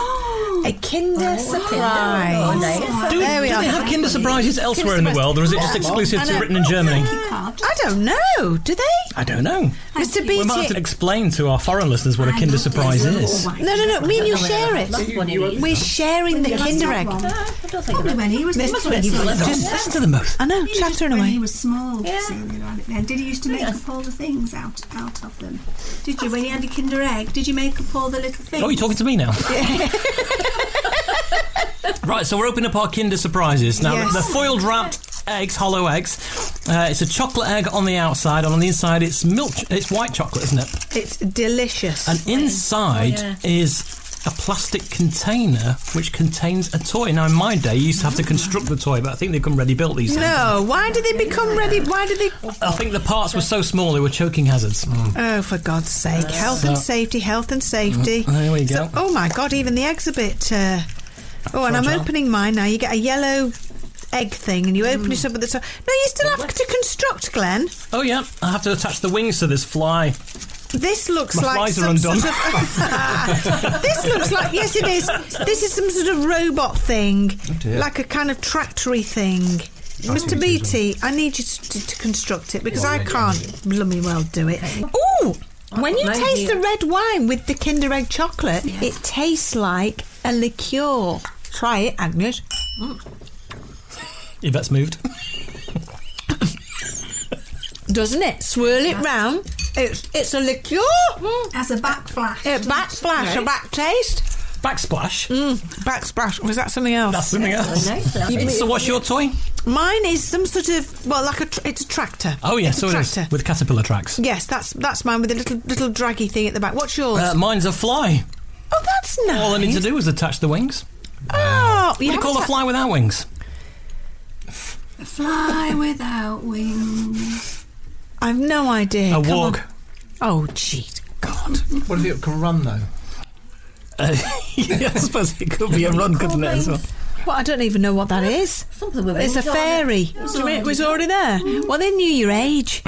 Speaker 4: A Kinder
Speaker 8: Oh,
Speaker 4: surprise.
Speaker 8: nice.
Speaker 3: Do, do
Speaker 4: There
Speaker 3: they
Speaker 4: we are.
Speaker 3: have Kinder surprises elsewhere in the world, or is it just exclusive to
Speaker 4: I know.
Speaker 3: Britain and Germany?
Speaker 7: Card.
Speaker 4: I don't know. Do they,
Speaker 3: I don't know.
Speaker 4: Mr.
Speaker 3: We might have to
Speaker 4: Beatty?
Speaker 3: explain to our foreign listeners what a Kinder surprise is.
Speaker 4: No, no, no. Me and you share it.
Speaker 8: That's one of these.
Speaker 4: We're sharing the Kinder egg.
Speaker 8: I don't think
Speaker 7: Probably
Speaker 8: about
Speaker 7: when he was
Speaker 4: This
Speaker 7: must
Speaker 4: one
Speaker 7: have
Speaker 4: you
Speaker 7: been
Speaker 4: love.
Speaker 7: something.
Speaker 3: Just listen to the mouth.
Speaker 4: I know,
Speaker 7: He was-
Speaker 4: chattering
Speaker 7: when he
Speaker 4: away.
Speaker 7: was small,
Speaker 8: Yeah.
Speaker 7: Sylvia, like it then. Did he used to make
Speaker 8: Yeah.
Speaker 7: up all the things out out of them? Did you? When you had a Kinder Egg, did you make up all the little things?
Speaker 3: Oh, you're talking to me now. right, so we're opening up our Kinder surprises now.
Speaker 4: Yes.
Speaker 3: They're foiled wrapped eggs, hollow eggs. Uh, it's a chocolate egg on the outside, and on the inside it's milk. It's white chocolate, isn't it?
Speaker 4: It's delicious.
Speaker 3: And inside
Speaker 8: Oh, yeah.
Speaker 3: is a plastic container which contains a toy. Now, in my day, you used to have to construct the toy, but I think they've come ready built these days.
Speaker 4: no, why did they become ready? Why did they?
Speaker 3: I think the parts were so small they were choking hazards.
Speaker 4: Oh, for God's sake! Health and
Speaker 3: Uh, So- Mm-hmm.
Speaker 4: safety, health and safety.
Speaker 3: There we go.
Speaker 4: So- oh my God! Even the eggs a bit. Uh, oh, and I'm
Speaker 3: Fragile.
Speaker 4: opening mine now. You get a yellow egg thing, and you open
Speaker 3: Mm.
Speaker 4: it up at the top. No, you still have to construct, Glenn.
Speaker 3: Oh, yeah, I have to attach the wings to this fly.
Speaker 4: This looks
Speaker 3: My
Speaker 4: like
Speaker 3: flies are
Speaker 4: some
Speaker 3: undone.
Speaker 4: sort of. this looks like yes, it is. This is some sort of robot thing,
Speaker 6: dear.
Speaker 4: like a kind of tractory thing. Mr. Beatty, I need you to, to construct it because I can't blooming well do it. Ooh, when you
Speaker 8: Nice
Speaker 4: taste
Speaker 8: idea.
Speaker 4: the red wine with the Kinder Egg chocolate, it tastes like a liqueur. Try it, Agnes.
Speaker 3: Yvette's moved.
Speaker 4: Doesn't it? Swirl it round. It's it's a liqueur. Mm.
Speaker 7: As a backflash.
Speaker 4: A backsplash, a back taste. Mm,
Speaker 3: Backsplash.
Speaker 4: Backsplash. Was that something else?
Speaker 3: That's something else.
Speaker 8: nice, that.
Speaker 3: So, what's your toy?
Speaker 4: Mine is some sort of well, like a tr- it's a tractor.
Speaker 3: Oh, yeah,
Speaker 4: It's
Speaker 3: so
Speaker 4: a
Speaker 3: it is.
Speaker 4: tractor.
Speaker 3: With caterpillar tracks.
Speaker 4: Yes, that's that's mine with a little little draggy thing at the back. What's yours?
Speaker 3: Uh, mine's a fly.
Speaker 4: oh, that's nice.
Speaker 3: All I need to do is attach the wings.
Speaker 4: Oh,
Speaker 3: What do you
Speaker 4: haven't
Speaker 3: call a
Speaker 4: ta-
Speaker 3: fly without wings?
Speaker 7: Fly without wings.
Speaker 4: I've no idea.
Speaker 3: A
Speaker 4: Eh, Come
Speaker 3: walk.
Speaker 4: on. Oh, jeez, God.
Speaker 6: What if it can run though?
Speaker 3: Uh, yeah, I suppose it could be a run, couldn't it? As well?
Speaker 4: Well, I don't even know what that is.
Speaker 8: Something with
Speaker 4: It's a
Speaker 8: wings on it.
Speaker 4: fairy. Do you mean It was already there. Well, they knew your age.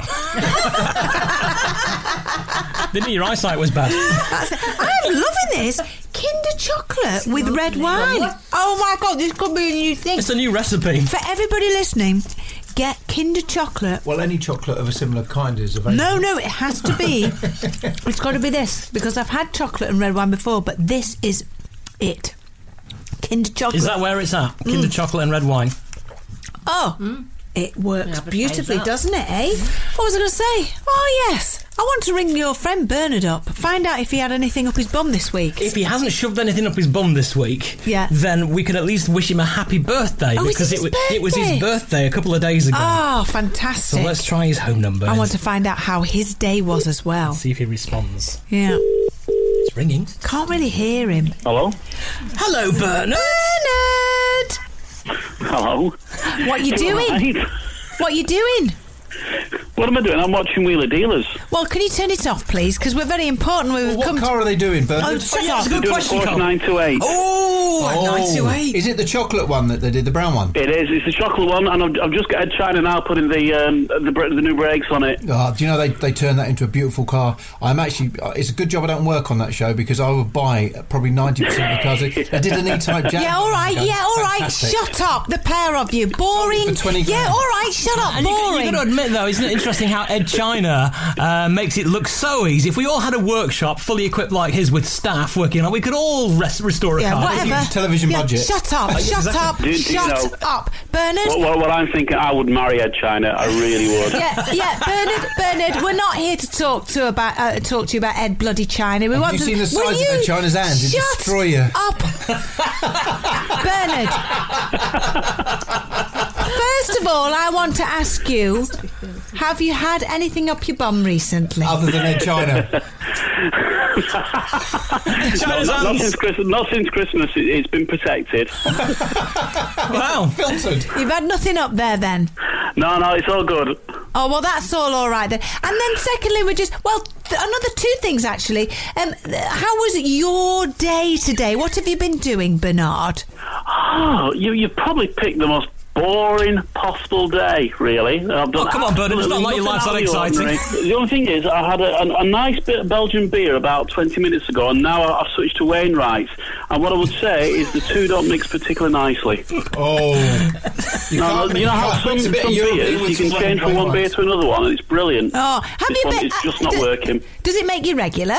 Speaker 3: They knew your eyesight was bad.
Speaker 4: I'm loving this Kinder chocolate with red wine. Oh my God, this could be a new thing
Speaker 3: It's a new recipe.
Speaker 4: for everybody listening. Get Kinder chocolate
Speaker 6: Well, any chocolate of a similar kind is available.
Speaker 4: No, no, it has to be. it's got to be this because I've had chocolate and red wine before, but this is it. Kinder chocolate. Mm.
Speaker 3: Is that where it's at? Kinder chocolate and red wine.
Speaker 4: oh, it works
Speaker 8: but
Speaker 4: beautifully,
Speaker 8: time's up.
Speaker 4: doesn't it? Eh? What was I going to say? Oh yes, I want to ring your friend Bernard up. Find out if he had anything up his bum this week.
Speaker 3: If he hasn't shoved anything up his bum this week,
Speaker 4: Yeah.
Speaker 3: then we can at least wish him a happy birthday
Speaker 4: Oh, it's
Speaker 3: because
Speaker 4: his
Speaker 3: it, wa- it was his
Speaker 4: birthday.
Speaker 3: birthday a couple of days ago.
Speaker 4: oh,
Speaker 3: so
Speaker 4: fantastic!
Speaker 3: let's try his home number.
Speaker 4: I
Speaker 3: and
Speaker 4: want to find out how his day was as well.
Speaker 3: see if he responds.
Speaker 4: Yeah,
Speaker 3: It's ringing.
Speaker 4: can't really hear him.
Speaker 5: Hello?
Speaker 3: Hello, Bernard.
Speaker 4: Bernard,
Speaker 5: Hello?
Speaker 4: what you doing?
Speaker 5: Right.
Speaker 4: What you doing?
Speaker 5: What am I doing? I'm watching Wheeler Dealers.
Speaker 4: Well, can you turn it off, please? Because we're very important. We've
Speaker 6: What
Speaker 4: come.
Speaker 6: car are they doing, Bernard?
Speaker 4: Oh, shut
Speaker 3: yeah,
Speaker 4: up.
Speaker 3: it's a good
Speaker 5: Doing a
Speaker 3: question,
Speaker 5: Porsche
Speaker 3: Carl.
Speaker 5: 928.
Speaker 3: Oh, a 928.
Speaker 6: Is it the chocolate one that they did, the brown one?
Speaker 5: It is. It's the chocolate one, and I've, I've just got Ed China now putting the um, the, br- the new brakes on it.
Speaker 6: Ah, do you know they, they turned that into a beautiful car? I'm actually, uh, it's a good job I don't work on that show because I would buy probably 90% of the cars. I did an E type jack.
Speaker 4: Yeah, all right. Yeah, all right.
Speaker 6: Fantastic.
Speaker 4: Shut up, the pair of you. Boring.
Speaker 6: For 20
Speaker 4: yeah,
Speaker 6: grand.
Speaker 4: all right. Shut up.
Speaker 3: And you,
Speaker 4: Boring.
Speaker 3: you've got to admit, though, isn't it interesting how Ed China uh, makes it look so easy? If we all had a workshop fully equipped like his with staff working on it, we could all res- restore a
Speaker 4: yeah,
Speaker 3: car.
Speaker 4: whatever.
Speaker 6: huge television
Speaker 4: yeah,
Speaker 6: budget.
Speaker 4: Shut up. Shut up.
Speaker 5: Do you
Speaker 4: Shut
Speaker 5: know-
Speaker 4: up, Bernard.
Speaker 5: What, what, what I'm thinking, I would marry Ed China. I really would.
Speaker 4: Yeah, yeah, Bernard, Bernard, we're not here to talk to about uh, talk to you about Ed Bloody China. We
Speaker 6: Have
Speaker 4: want
Speaker 6: you
Speaker 4: to,
Speaker 6: seen the
Speaker 4: will
Speaker 6: size of Ed China's hands? It'd
Speaker 4: Shut
Speaker 6: destroy you.
Speaker 4: up, Bernard. First of all, I want to ask you: Have you had anything up your bum recently?
Speaker 6: Other than Ed China.
Speaker 3: China's
Speaker 5: Not, not, since
Speaker 3: hands.
Speaker 5: Christmas, not since Christmas. It, it's been protected.
Speaker 3: Wow.
Speaker 6: Filtered.
Speaker 4: You've had nothing up there, then.
Speaker 5: No, no, it's all good.
Speaker 4: Oh well, that's all all right then. And then secondly, we're just well, th- another two things actually. Um, th- how was your day today? What have you been doing, Bernard?
Speaker 5: Oh, you you probably picked the most boring possible day, really. I've done
Speaker 3: Oh, come on, Bernard, it's not like your
Speaker 5: absolutely
Speaker 3: life's that
Speaker 5: nothing out of the
Speaker 3: exciting.
Speaker 5: ordinary. the only thing is, I had a, a, a nice bit of Belgian beer about 20 minutes ago, and now I- I've switched to Wainwright's. And what I would say is the two don't mix particularly nicely.
Speaker 6: Oh.
Speaker 5: You, no,
Speaker 6: can't
Speaker 5: no, you
Speaker 6: mix-
Speaker 5: know how
Speaker 6: can't
Speaker 5: some,
Speaker 6: mix a
Speaker 5: some
Speaker 6: bit of European
Speaker 5: beers
Speaker 6: with
Speaker 5: you can
Speaker 6: some
Speaker 5: change from one beer
Speaker 6: Wainwright's?
Speaker 5: to another one, and it's brilliant.
Speaker 4: Oh, have
Speaker 5: this
Speaker 4: you
Speaker 5: one,
Speaker 4: been-
Speaker 5: It's just not
Speaker 4: uh,
Speaker 5: working.
Speaker 4: Does it make you regular?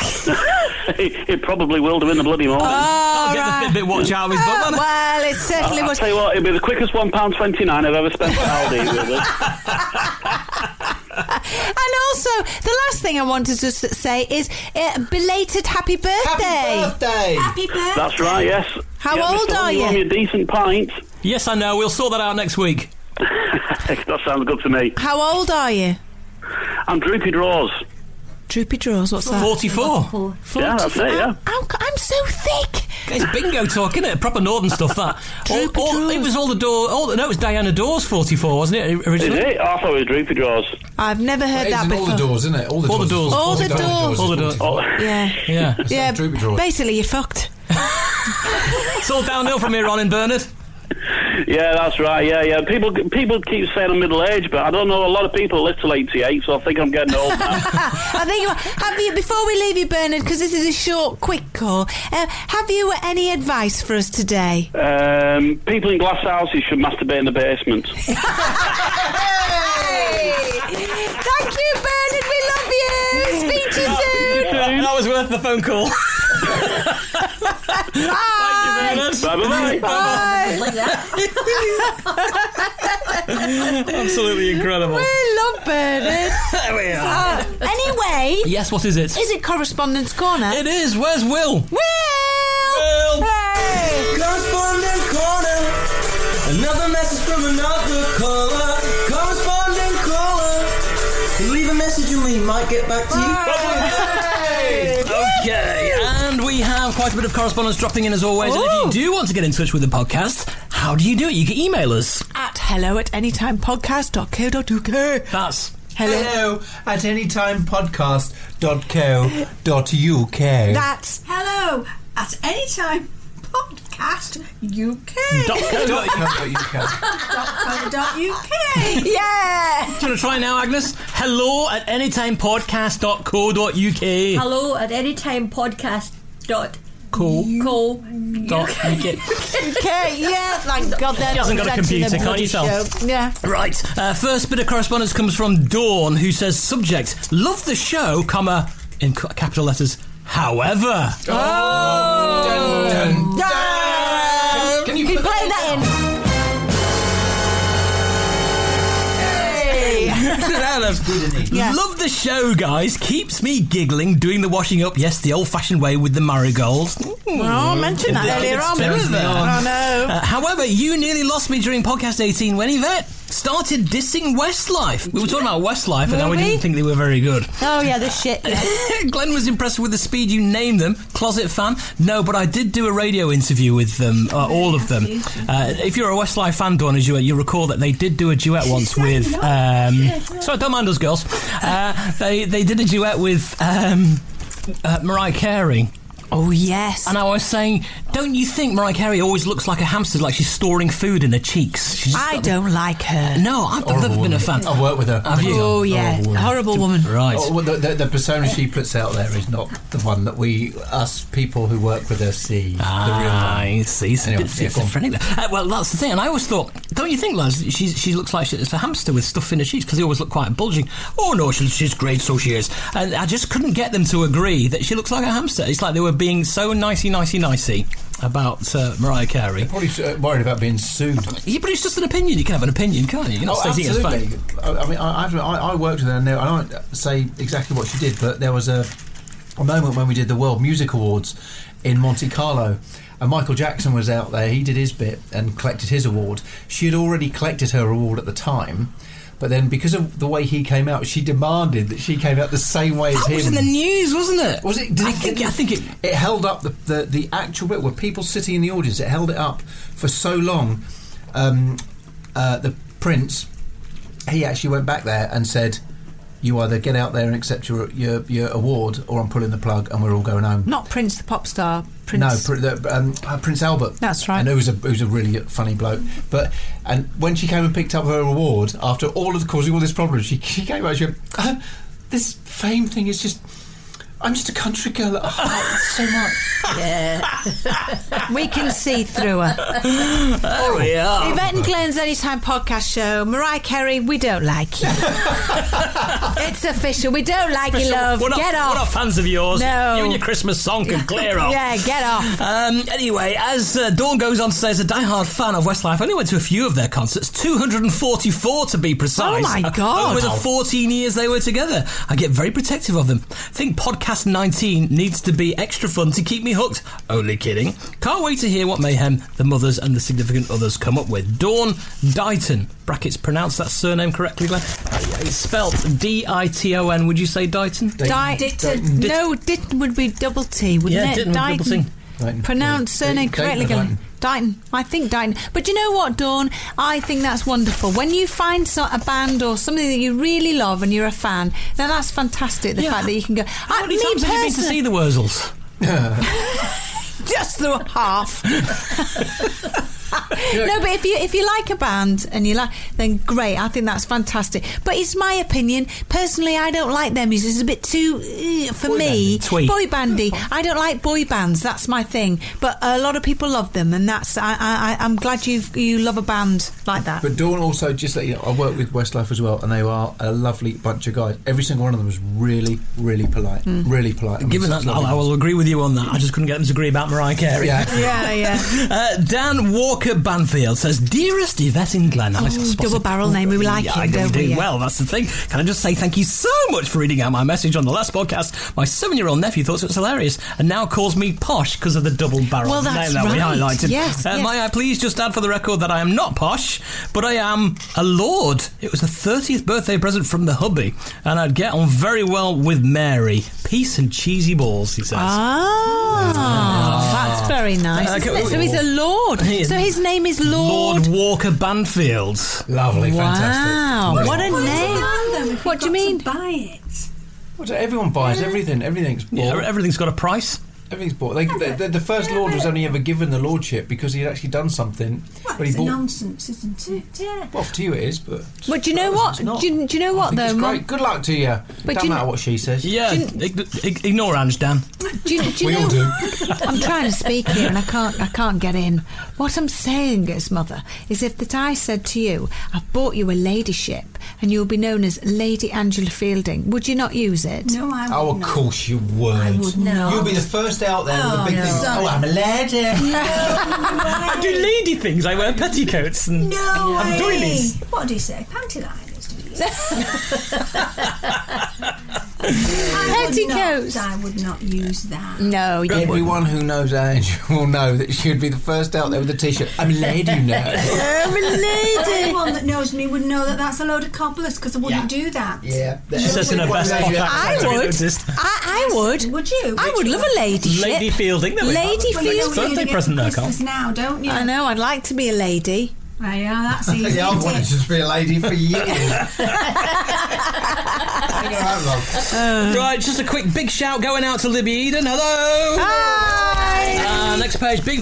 Speaker 5: it, it probably will do in the bloody morning.
Speaker 4: Oh,
Speaker 3: Get
Speaker 4: right.
Speaker 3: the Fitbit watch out of his butt,
Speaker 4: Oh,
Speaker 3: man.
Speaker 4: well, it certainly
Speaker 5: Uh, I- I'll
Speaker 4: was.
Speaker 5: tell you what, it'll be the quickest £1.29 I've ever spent at Aldi. Really.
Speaker 4: And also, the last thing I wanted to s- say is uh, belated happy birthday.
Speaker 6: Happy birthday!
Speaker 7: Happy birthday.
Speaker 5: That's right, yes.
Speaker 4: How
Speaker 5: Yeah,
Speaker 4: old
Speaker 5: Mr.
Speaker 4: are
Speaker 5: Hull,
Speaker 4: you?
Speaker 5: owe me a decent pint.
Speaker 3: Yes, I know. We'll sort that out next week.
Speaker 5: that sounds good to me.
Speaker 4: How old are you?
Speaker 5: I'm droopy draws.
Speaker 4: Droopy draws. What's that?
Speaker 3: 44.
Speaker 5: Yeah, that's it, yeah.
Speaker 4: I'm, I'm so thick.
Speaker 3: It's bingo talk, isn't it? Proper northern stuff, that. All,
Speaker 4: Droopy
Speaker 3: all,
Speaker 4: Dawes.
Speaker 3: it was all the door. All, no, it was Diana Dawes 44, wasn't it,
Speaker 5: Is
Speaker 3: originally?
Speaker 5: it? I thought it was droopy draws.
Speaker 4: I've never heard
Speaker 6: It's
Speaker 4: that
Speaker 6: in all the
Speaker 4: before.
Speaker 6: doors, isn't it? All the
Speaker 3: All the
Speaker 6: doors.
Speaker 3: doors.
Speaker 4: All the doors.
Speaker 3: All the doors.
Speaker 5: Oh.
Speaker 6: All
Speaker 4: yeah.
Speaker 3: Yeah.
Speaker 4: Yeah.
Speaker 6: droopy draws.
Speaker 4: Basically, you're fucked.
Speaker 3: it's all downhill from here on in, Bernard.
Speaker 5: Yeah, that's right. Yeah, yeah. People people keep saying I'm middle aged, but I don't know. A lot of people live till 88, so I think I'm getting old now.
Speaker 4: I think you have you. Before we leave you, Bernard, because this is a short, quick call. Uh, have you any advice for us today?
Speaker 5: um, people in glass houses should masturbate in the basement.
Speaker 4: Thank you, Bernard. We love you. Speak to you soon.
Speaker 3: That, that was worth the phone call.
Speaker 4: Bye.
Speaker 5: bye bye.
Speaker 3: Bernard.
Speaker 5: bye.
Speaker 8: Like that.
Speaker 3: Absolutely incredible.
Speaker 4: We love Bernard.
Speaker 3: There we are.
Speaker 4: Uh, anyway,
Speaker 3: Yes, what is it?
Speaker 4: is it Correspondence Corner?
Speaker 3: It is. Where's Will?
Speaker 4: Will.
Speaker 3: Will.
Speaker 4: Hey.
Speaker 2: Correspondent corner. Another message from another caller. Correspondent caller. You leave a message and we might get back to you.
Speaker 3: Okay, and we have quite a bit of correspondence dropping in as always. And if you do want to get in touch with the podcast, how do you do it? You can email us.
Speaker 4: At hello at anytimepodcast.co.uk.
Speaker 3: That's
Speaker 4: Hello.
Speaker 6: Hello at anytimepodcast.co.uk.
Speaker 4: That's
Speaker 7: Hello at any time podcast UK.
Speaker 3: dot co. dot- Do
Speaker 7: UK.
Speaker 4: yeah.
Speaker 3: you want to try now, Agnes? Hello at anytimepodcast.co.uk.
Speaker 8: Hello at anytimepodcast dot
Speaker 3: Cool.
Speaker 8: co
Speaker 3: Dot UK.
Speaker 4: Okay. Yeah. Thank God. He
Speaker 3: hasn't got a computer, can't you tell?
Speaker 4: Yeah.
Speaker 3: Right. Uh, first bit of correspondence comes from Dawn, who says, "Subject: Love the show, comma in ca- capital letters. However,
Speaker 6: Oh.
Speaker 4: Ah.
Speaker 6: Can you
Speaker 4: You
Speaker 6: put
Speaker 4: play
Speaker 6: that
Speaker 4: that in.
Speaker 3: That's good, isn't
Speaker 4: Yeah.
Speaker 3: Love the show, guys. Keeps me giggling doing the washing up. Yes, the old-fashioned way with the marigolds.
Speaker 4: Oh, I mentioned that
Speaker 3: Yeah,
Speaker 4: earlier
Speaker 3: it's
Speaker 4: on.
Speaker 3: Mm. turns me on.
Speaker 4: I know.
Speaker 3: Uh, however, you nearly lost me during podcast 18 when Yvette started dissing Westlife. We were talking about Westlife, and now we
Speaker 4: Were we?
Speaker 3: didn't think they were very good.
Speaker 4: Oh yeah, the shit.
Speaker 3: Glenn was impressed with the speed you named them. Closet fan? No, but I did do a radio interview with them, uh, all of them. Uh, if you're a Westlife fan, Dawn, as you are, you recall that they did do a duet once with. Um, sorry, don't mind us girls. Uh, they, they did a duet with um, uh, Mariah Carey.
Speaker 4: Oh yes.
Speaker 3: And I was saying, don't you think Mariah Carey always looks like a hamster, like she's storing food in her cheeks? She's just
Speaker 4: I
Speaker 3: got-
Speaker 4: don't like her.
Speaker 3: No, I've, I've never been a fan.
Speaker 6: I've worked with her.
Speaker 3: Have you?
Speaker 4: Oh yeah, horrible woman.
Speaker 3: Right.
Speaker 6: Oh, well, the, the, the persona she puts out there is not the one that we, us people who work with her, see.
Speaker 3: Ah,
Speaker 6: the real
Speaker 3: I see. It's a
Speaker 6: Anyway,
Speaker 3: bit
Speaker 6: yeah, go on.
Speaker 3: schizophrenic. there. Uh, well, that's the thing. And I always thought, don't you think, lads, she, she looks like she's a hamster with stuff in her cheeks because they always look quite bulging. Oh, no, she's, she's great, so she is. And I just couldn't get them to agree that she looks like a hamster. It's like they were being so nicey, nicey, nicey about uh, Mariah Carey.
Speaker 6: one. Probably uh, worried about being sued.
Speaker 3: Yeah, but it's just an opinion. You can have an opinion, can't you? You're not
Speaker 6: Oh,
Speaker 3: stating it as fact.
Speaker 6: absolutely. I, I mean, I, I, have to- I I worked with her, and I don't say exactly what she did, but there was a, a moment when we did the World Music Awards in Monte Carlo, and Michael Jackson was out there. He did his bit and collected his award. She had already collected her award at the time. But then, because of the way he came out, she demanded that she came out the same way as
Speaker 3: That
Speaker 6: him.
Speaker 3: was in the news, wasn't it?
Speaker 6: Was it? Did
Speaker 3: I
Speaker 6: it
Speaker 3: think,
Speaker 6: did
Speaker 3: I think it.
Speaker 6: It held up the, the the actual bit where people sitting in the audience. It held it up for so long. Um, uh, the prince, he actually went back there and said, you either get out there and accept your your, your award, or I'm pulling the plug and we're all going home.
Speaker 4: Not Prince the pop star. Prince.
Speaker 6: No, pr- the, um, uh, Prince Albert.
Speaker 4: That's right.
Speaker 6: And who was a who was a really funny bloke. But and when she came and picked up her award after all of causing all this problem, she she came out. She went, "Uh, "This fame thing is just." I'm just a country girl at heart so much.
Speaker 4: Yeah. we can see through her. Oh.
Speaker 3: There we are.
Speaker 4: Yvette and Glenn's Anytime podcast show. Mariah Carey, we don't like you. it's official. We don't like you,
Speaker 3: Official.
Speaker 4: love.
Speaker 3: We're not,
Speaker 4: Get
Speaker 3: We're not
Speaker 4: off.
Speaker 3: fans of yours.
Speaker 4: No.
Speaker 3: You and your Christmas song can clear off.
Speaker 4: Yeah, get off.
Speaker 3: Um, anyway, as uh, Dawn goes on to say, as a diehard fan of Westlife, I only went to a few of their concerts, 244 to be precise. Uh,
Speaker 4: Oh, my God.
Speaker 3: Over the 14 years they were together. I get very protective of them. Think podcast 19 needs to be extra fun to keep me hooked. Only kidding. Can't wait to hear what mayhem the mothers and the significant others come up with. Dawn Dighton. Brackets pronounced that surname correctly, Glenn. Uh, It's spelt D I T O N. Would you say Dighton?
Speaker 4: Di-
Speaker 3: Ditton.
Speaker 4: No, Ditton would be double T, wouldn't
Speaker 3: uh, Yeah,
Speaker 4: it?
Speaker 3: Ditton would be double
Speaker 4: Dighton.
Speaker 3: T.
Speaker 6: Dighton.
Speaker 4: Pronounce
Speaker 6: Yeah,
Speaker 4: surname
Speaker 6: Dighton or
Speaker 4: correctly, Glenn.
Speaker 6: Dighton?
Speaker 4: Dighton. I think Dighton. But do you know what, Dawn? I think that's wonderful. When you find so- a band or something that you really love and you're a fan, now that's fantastic. The
Speaker 3: Yeah.
Speaker 4: fact that you can go.
Speaker 3: How
Speaker 4: I,
Speaker 3: many
Speaker 4: me
Speaker 3: times have you been to
Speaker 4: personally-
Speaker 3: see the Wurzels?
Speaker 4: just the half. no, but if you if you like a band and you like, then great. I think that's fantastic. But it's my opinion. Personally, I don't like their music. It's a bit too uh, for me
Speaker 3: bandy. Twee.
Speaker 4: boy bandy. I don't like boy bands. That's my thing. But a lot of people love them, and that's I, I I'm glad you you love a band like that.
Speaker 6: But Dawn also just let you know, I work with Westlife as well, and they are a lovely bunch of guys. Every single one of them was really, really polite,
Speaker 4: Hmm.
Speaker 6: really polite. I mean,
Speaker 3: Given
Speaker 6: such
Speaker 3: that, I'll-
Speaker 6: lovely
Speaker 3: I will agree with you on that. I just couldn't get them to agree about Mariah Carey.
Speaker 6: Yeah.
Speaker 4: yeah, yeah.
Speaker 3: Uh, Dan Walker Banfield says, "Dearest Yvette and Glenn, I
Speaker 4: Oh,
Speaker 3: spotted-
Speaker 4: double barrel name, we like
Speaker 3: yeah,
Speaker 4: him,
Speaker 3: I do,
Speaker 4: don't we, yeah.
Speaker 3: Well, that's the thing. Can I just say thank you so much for reading out my message on the last podcast? My seven-year-old nephew thought it was hilarious and now calls me posh because of the double barrel
Speaker 4: Well, that's
Speaker 3: name that we
Speaker 4: right.
Speaker 3: highlighted.
Speaker 4: Yes,
Speaker 3: uh,
Speaker 4: yes.
Speaker 3: May I please just add for the record that I am not posh, but I am a lord. It was a thirtieth birthday present from the hubby, and I'd get on very well with Mary. Peace and cheesy balls, he says.
Speaker 4: Ah, that's very nice.
Speaker 3: Uh,
Speaker 4: isn't
Speaker 3: okay,
Speaker 4: it? So he's a lord.
Speaker 3: He is.
Speaker 4: So his name is
Speaker 3: Lord Walker Banfield.
Speaker 6: Lovely, fantastic.
Speaker 4: Wow,
Speaker 6: Lovely.
Speaker 4: what a
Speaker 7: What is
Speaker 4: name!
Speaker 7: around them if
Speaker 4: What
Speaker 7: you've
Speaker 4: do you
Speaker 7: got to buy it.
Speaker 6: What, everyone buys everything. Everything's bought.
Speaker 3: Yeah, everything's got a price.
Speaker 6: Everything's bought. They, the- the, the first lord was only ever given the lordship because he had actually done something.
Speaker 7: Well,
Speaker 6: but he
Speaker 7: it's
Speaker 6: bought.
Speaker 7: nonsense, isn't it? Yeah.
Speaker 6: well, to you it is, but.
Speaker 4: But do you know what?
Speaker 6: It's not.
Speaker 4: Do you, do you know
Speaker 6: I
Speaker 4: what
Speaker 6: think
Speaker 4: though,
Speaker 6: it's
Speaker 4: Mum?
Speaker 6: great. Good luck to you.
Speaker 4: But
Speaker 6: Don't
Speaker 4: do you
Speaker 6: matter
Speaker 4: kn-
Speaker 6: what she says.
Speaker 3: Yeah, ig- ig- ignore Ange Dan.
Speaker 4: Do you, do you
Speaker 6: We
Speaker 4: know,
Speaker 6: all do.
Speaker 4: I'm trying to speak here and I can't. I can't get in. What I'm saying is, Mother, is if that I said to you, "I've bought you a ladyship, and you'll be known as Lady Angela Fielding," would you not use it?
Speaker 7: No, I
Speaker 6: Oh, of
Speaker 7: would not.
Speaker 6: course you would. I
Speaker 7: would not.
Speaker 6: You'll be the first out there with
Speaker 7: Oh,
Speaker 6: the big
Speaker 7: no.
Speaker 6: thing.
Speaker 7: Sorry.
Speaker 6: Oh, I'm a lady.
Speaker 3: I do lady things. I wear petticoats and
Speaker 7: No
Speaker 3: and
Speaker 7: way.
Speaker 3: doilies.
Speaker 7: What do you say? Panty liners, do you say? I would not-
Speaker 4: Petticoats.
Speaker 7: I would not use that.
Speaker 4: No, you wouldn't.
Speaker 6: Everyone who knows Ange will know that she'd be the first out there with the t-shirt. I'm a lady now.
Speaker 7: Anyone that knows me would know that that's a load of cobblers because I wouldn't do that.
Speaker 6: yeah.
Speaker 3: She says in her best pop
Speaker 4: I
Speaker 3: accent.
Speaker 4: would.
Speaker 3: Exist.
Speaker 4: I, I would.
Speaker 7: Would you?
Speaker 4: I would
Speaker 7: you?
Speaker 4: love a ladyship.
Speaker 3: Lady Fielding. there we go.
Speaker 4: Lady
Speaker 7: Well, you
Speaker 4: Fielding.
Speaker 7: know what you
Speaker 3: Birthday
Speaker 7: get
Speaker 3: present
Speaker 7: for
Speaker 3: there, Carl.
Speaker 7: Christmas now, don't you?
Speaker 4: I know. I'd like to be a lady.
Speaker 7: Right, yeah, that's easy.
Speaker 6: Yeah, I've
Speaker 7: isn't
Speaker 6: wanted
Speaker 7: it?
Speaker 6: to just be a lady for years. Hang around long.
Speaker 3: Right, just a quick big shout going out to Libby Eden. Hello. Hi. Uh, next page. Big,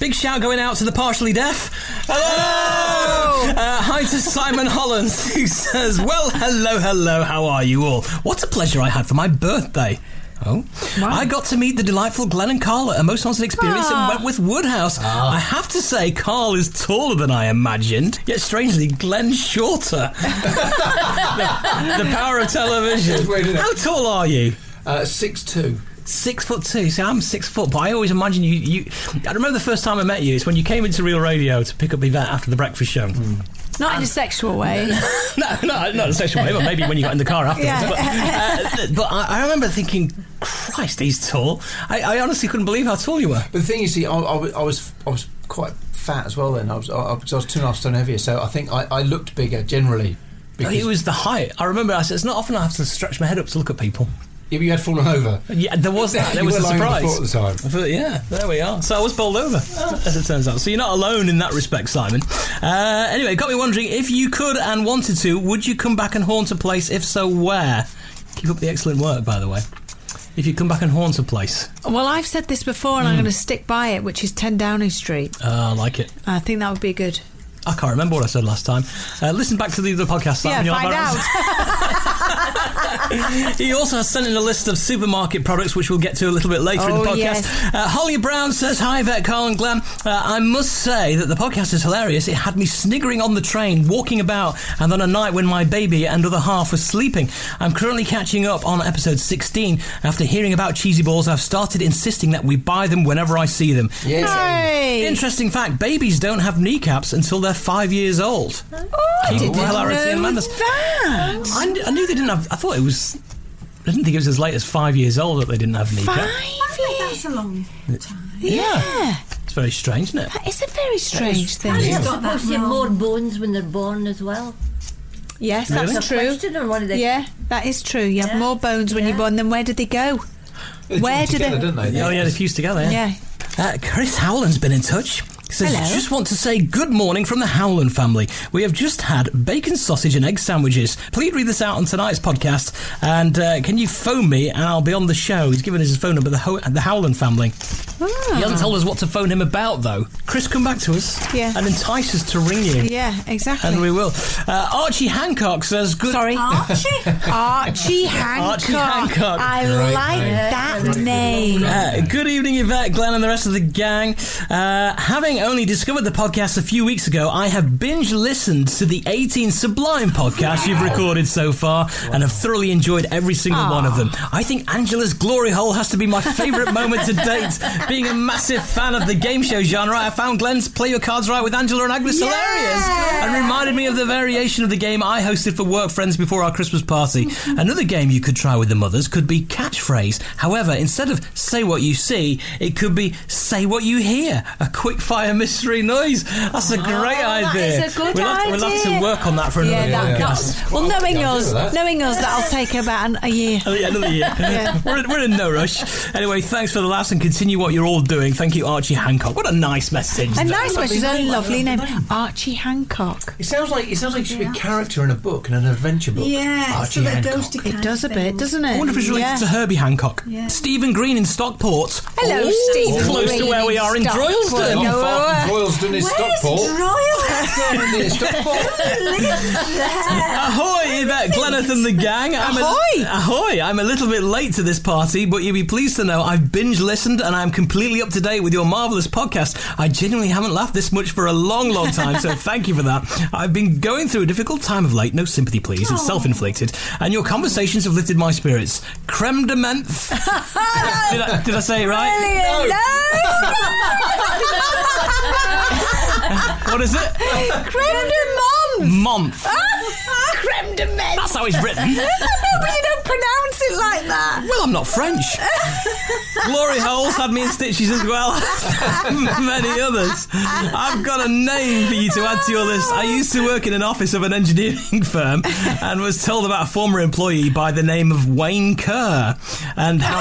Speaker 3: big shout going out to the partially deaf. Hello. Uh, hi to Simon Hollins, who says, "Well, hello, hello. How are you all? What a pleasure I had for my birthday." Oh, I got to meet the delightful Glenn and Carl at a most haunted experience in Wentworth Woodhouse. I have to say, Carl is taller than I imagined, yet strangely, Glenn's shorter. the, the power of television.
Speaker 6: It's weird, isn't it?
Speaker 3: How tall are you?
Speaker 6: Uh, six two.
Speaker 3: Six foot two. See, I'm six foot, but I always imagine you. You. I remember the first time I met you. It's when you came into Real Radio to pick up Yvette after the breakfast show.
Speaker 6: Hmm.
Speaker 4: Not in a sexual way.
Speaker 3: no, no, not in a sexual way, but maybe when you got in the car afterwards. But, uh, th- but I, I remember thinking, Christ, he's tall. I, I honestly couldn't believe how tall you were.
Speaker 6: But the thing is, see, I, I, wa- I was I was quite fat as well then. I was I, I, 'cause I was two and a half stone heavier, so I think I, I looked bigger generally. Because
Speaker 3: It was the height. I remember. I said, it's not often I have to stretch my head up to look at people.
Speaker 6: Yeah, but you had fallen over.
Speaker 3: Yeah, there was that. There
Speaker 6: You
Speaker 3: was
Speaker 6: were
Speaker 3: a
Speaker 6: lying on the
Speaker 3: surprise.
Speaker 6: floor at the time. Ah.
Speaker 3: I thought, yeah, there we are. So I was bowled over, as it turns out. So you're not alone in that respect, Simon. Uh, anyway, got me wondering if you could and wanted to, would you come back and haunt a place? If so, where? Keep up the excellent work, by the way. If you come back and haunt a place,
Speaker 4: Well, I've said this before,
Speaker 6: Hmm.
Speaker 4: and I'm going to stick by it, which is 10 Downing Street.
Speaker 3: uh, I like it.
Speaker 4: I think that would be good.
Speaker 3: I can't remember what I said last time. Uh, listen back to the other podcast. Simon,
Speaker 4: yeah,
Speaker 3: you'll have
Speaker 4: find
Speaker 3: our
Speaker 4: out.
Speaker 3: answer. He also has sent in a list of supermarket products, which we'll get to a little bit later in the
Speaker 4: Oh,
Speaker 3: podcast.
Speaker 4: yes.
Speaker 3: Uh, Holly Brown says, Hi, Vet Carl and Glam. Uh, I must say that the podcast is hilarious. It had me sniggering on the train, walking about, and on a night when my baby and other half was sleeping. I'm currently catching up on episode 16. After hearing about cheesy balls, I've started insisting that we buy them whenever I see them.
Speaker 6: Yes.
Speaker 4: Hey.
Speaker 3: Interesting fact babies don't have kneecaps until they're five years old.
Speaker 4: Oh, I
Speaker 3: Keep
Speaker 4: didn't
Speaker 3: hilarity
Speaker 4: know
Speaker 3: and madness.
Speaker 4: that.
Speaker 3: I, kn- I knew they didn't have. I thought it was. I didn't think it was as late as five years old that they didn't have kneecap.
Speaker 4: Five
Speaker 7: Like,
Speaker 4: years.
Speaker 7: That's a long time.
Speaker 3: Yeah. It's very strange, isn't it?
Speaker 4: It's a very strange thing.
Speaker 8: And
Speaker 7: Yeah.
Speaker 8: it's
Speaker 7: Got that
Speaker 8: supposed to have
Speaker 7: wrong.
Speaker 8: more bones when they're born as well.
Speaker 4: Yes,
Speaker 3: Really?
Speaker 4: that's
Speaker 8: That's a
Speaker 4: true.
Speaker 8: question on one of the
Speaker 4: Yeah, that is true. You have
Speaker 8: Yeah.
Speaker 4: more bones when you're
Speaker 8: Yeah.
Speaker 4: born than where did they go? Where do
Speaker 6: together,
Speaker 4: they-
Speaker 6: Didn't they?
Speaker 3: Oh, yeah, they fused together. Yeah.
Speaker 4: Yeah.
Speaker 3: Uh, Chris Howland's been in touch. He Says,
Speaker 4: Hello.
Speaker 3: just want to say good morning from the Howland family. We have just had bacon sausage and egg sandwiches. Please read this out on tonight's podcast. And uh, can you phone me and I'll be on the show? He's given us his phone number, the, Ho- the Howland family.
Speaker 4: Ah.
Speaker 3: He hasn't told us what to phone him about, though. Chris, come back to us
Speaker 4: Yeah.
Speaker 3: and entice us to ring you.
Speaker 4: Yeah, exactly.
Speaker 3: And we will. Uh, Archie Hancock says, "Good."
Speaker 4: Sorry.
Speaker 7: Archie?
Speaker 4: Archie Hancock.
Speaker 3: Hancock.
Speaker 4: I
Speaker 6: Right
Speaker 4: like
Speaker 6: name.
Speaker 4: that
Speaker 6: Right
Speaker 4: name.
Speaker 3: Uh, good evening, Yvette, Glenn, and the rest of the gang. Uh, having only discovered the podcast a few weeks ago, I have binge listened to the 18 Sublime podcasts you've recorded so far and have thoroughly enjoyed every single one of them. I think Angela's glory hole has to be my favourite moment to date. Being a massive fan of the game show genre, I found Glenn's Play Your Cards Right with Angela and Agnes hilarious and reminded me of the variation of the game I hosted for work friends before our Christmas party.
Speaker 4: Mm-hmm.
Speaker 3: Another game you could try with the mothers could be catchphrase. However, instead of say what you see, it could be say what you hear. A quick fire mystery noise. That's a great
Speaker 4: Ah, that
Speaker 3: idea.
Speaker 4: is a good
Speaker 3: we'll, Have, we'll have to
Speaker 4: idea.
Speaker 3: work on that for another
Speaker 4: Yeah, that,
Speaker 3: podcast.
Speaker 4: that's well, knowing
Speaker 6: I'll do
Speaker 4: us,
Speaker 6: that.
Speaker 4: knowing us, that'll take about an, a year.
Speaker 3: Oh, yeah, another year. we're, in, we're in no rush. Anyway, thanks for the laughs and continue what you're all doing. Thank you, Archie Hancock. What a nice message.
Speaker 4: A
Speaker 3: that.
Speaker 4: nice one. She's a
Speaker 6: name,
Speaker 4: lovely name,
Speaker 6: lovely
Speaker 4: Archie Hancock.
Speaker 6: It sounds like it sounds like it should be a character in a book and an adventure book.
Speaker 7: Yeah,
Speaker 6: Archie
Speaker 7: so that
Speaker 6: Hancock.
Speaker 7: goes to
Speaker 4: It does a bit, doesn't it?
Speaker 3: I wonder if it's related
Speaker 4: Yeah.
Speaker 3: to Herbie Hancock.
Speaker 7: Yeah.
Speaker 3: Stephen Green in Stockport.
Speaker 4: Hello,
Speaker 3: Ooh,
Speaker 4: Stephen
Speaker 3: Close to
Speaker 4: Green
Speaker 3: where we
Speaker 4: in
Speaker 3: are in
Speaker 4: Oh, Stockport.
Speaker 3: Droylsden.
Speaker 4: No.
Speaker 6: Far from Droylsden Oh, is Stockport. Droylsden is Stockport.
Speaker 3: Ahoy, Yvette Glenneth and the gang. I'm
Speaker 4: Ahoy.
Speaker 3: A, ahoy. I'm a little bit late to this party, but you'll be pleased to know I've binge listened and I'm completely up to date with your marvellous podcast. I genuinely haven't laughed this much for a long, long time, so thank you for that. I've been going through a difficult time of late. No sympathy, please. It's self inflicted. And your conversations have lifted my spirits. Creme de menthe. did, I, did I say it right?
Speaker 4: Brilliant.
Speaker 3: What is it?
Speaker 4: No. Creme de menthe. Ah,
Speaker 3: month.
Speaker 4: Creme de menthe.
Speaker 3: That's how it's written.
Speaker 4: No, but you don't pronounce it like that.
Speaker 3: Well, I'm not French. Glory Holes had me in stitches as well. Many others. I've got a name for you to add to your list. I used to work in an office of an engineering firm and was told about a former employee by the name of Wayne Kerr and how,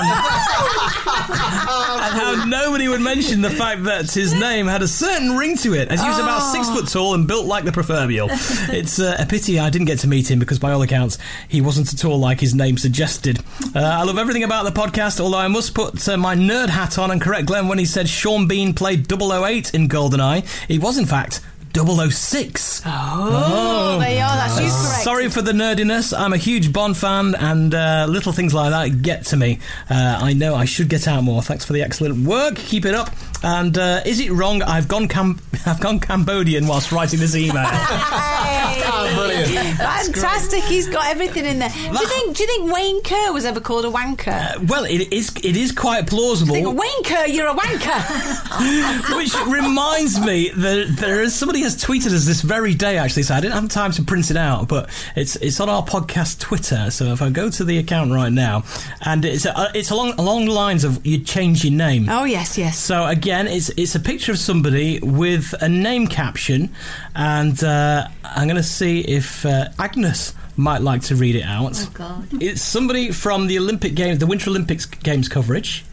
Speaker 3: and how nobody would mention the fact that his name had a certain ring to it as he was about six foot tall and built like the proverbial. It's uh, a pity I didn't get to meet him because, by all accounts, he wasn't at all like his name suggested. Uh, I love everything about the podcast, although I must put uh, my nerd hat on and correct Glenn when he said Sean Bean played 008 in GoldenEye. He was, in fact, 006.
Speaker 4: Oh, they are. That's you correct.
Speaker 3: Uh, Sorry for the nerdiness. I'm a huge Bond fan, and uh, little things like that get to me. Uh, I know I should get out more. Thanks for the excellent work. Keep it up. And uh, is it wrong? I've gone Cam- I've gone Cambodian whilst writing this email.
Speaker 6: Ah, brilliant.
Speaker 4: Fantastic! He's got everything in there. Do you think? Do you think Wayne Kerr was ever called a wanker?
Speaker 3: well, it is it is quite
Speaker 4: Think,
Speaker 3: plausible,
Speaker 4: Wayne Kerr, you're a wanker.
Speaker 3: which reminds me that there is somebody has tweeted us this very day. Actually, so I didn't have time to print it out, but it's it's on our podcast Twitter. So if I go to the account right now, and it's uh, it's along along the lines of you change your name.
Speaker 4: oh yes, yes.
Speaker 3: So again, it's it's a picture of somebody with a name caption, and uh, I'm going to see if uh, Agnes might like to read it out.
Speaker 8: Oh, God.
Speaker 3: It's somebody from the Olympic Games, the Winter Olympics Games coverage.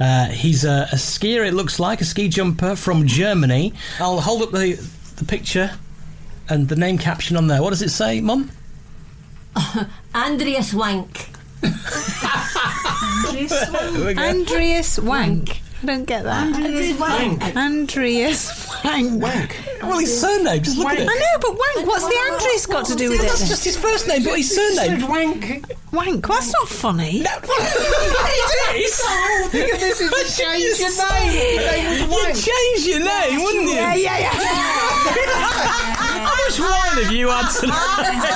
Speaker 3: Uh, he's a, a skier, it looks like, a ski jumper from Germany. I'll hold up the, the picture and the name caption on there. What does it say, Mum?
Speaker 8: Andreas Wank.
Speaker 4: Andreas Andreas
Speaker 3: Wank.
Speaker 4: Wank. I don't get that.
Speaker 7: Andreas Wank.
Speaker 4: Andreas Wank.
Speaker 6: Wank.
Speaker 3: Well, his surname, just look at
Speaker 4: I
Speaker 3: it.
Speaker 4: know, but Wank, what's the Andreas got to do with
Speaker 3: That's
Speaker 4: it?
Speaker 3: just his first name, but his surname.
Speaker 6: Wank.
Speaker 4: Wank, well, that's not funny.
Speaker 3: it is.
Speaker 6: This is a change your name. Your name was
Speaker 3: You'd
Speaker 6: Wank.
Speaker 3: change your name, wouldn't you?
Speaker 4: Yeah, yeah, yeah.
Speaker 3: How much wine have you had tonight?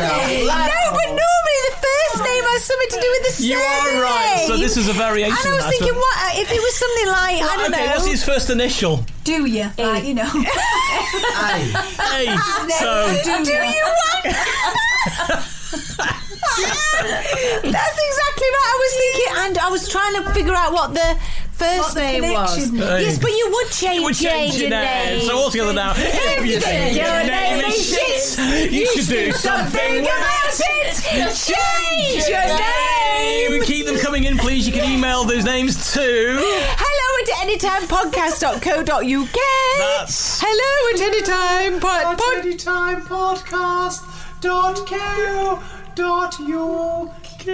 Speaker 4: No, but normally the first name has something to do with the
Speaker 3: Oh. You are right. So
Speaker 4: surname.
Speaker 3: this is a variation.
Speaker 4: And I was
Speaker 3: that's
Speaker 4: thinking,
Speaker 3: what-
Speaker 4: what uh, if it was something like I don't
Speaker 3: okay,
Speaker 4: know?
Speaker 3: what's his first initial?
Speaker 7: Do you? Like, you know.
Speaker 3: A. So
Speaker 4: Do you want? That's exactly right. I was thinking, and I was trying to figure out what the first
Speaker 7: What the
Speaker 4: name was.
Speaker 7: connection
Speaker 3: is.
Speaker 4: Yes, but you would change,
Speaker 3: you would change your name. So altogether now, if you think your name is shit, you should do something about it. Change your name. Keep them coming in, please. You can email those names too.
Speaker 4: Hello at anytimepodcast.co.uk.
Speaker 3: That's-
Speaker 4: Hello at anytime pod, pod,
Speaker 6: Anytime podcast dot co dot uk.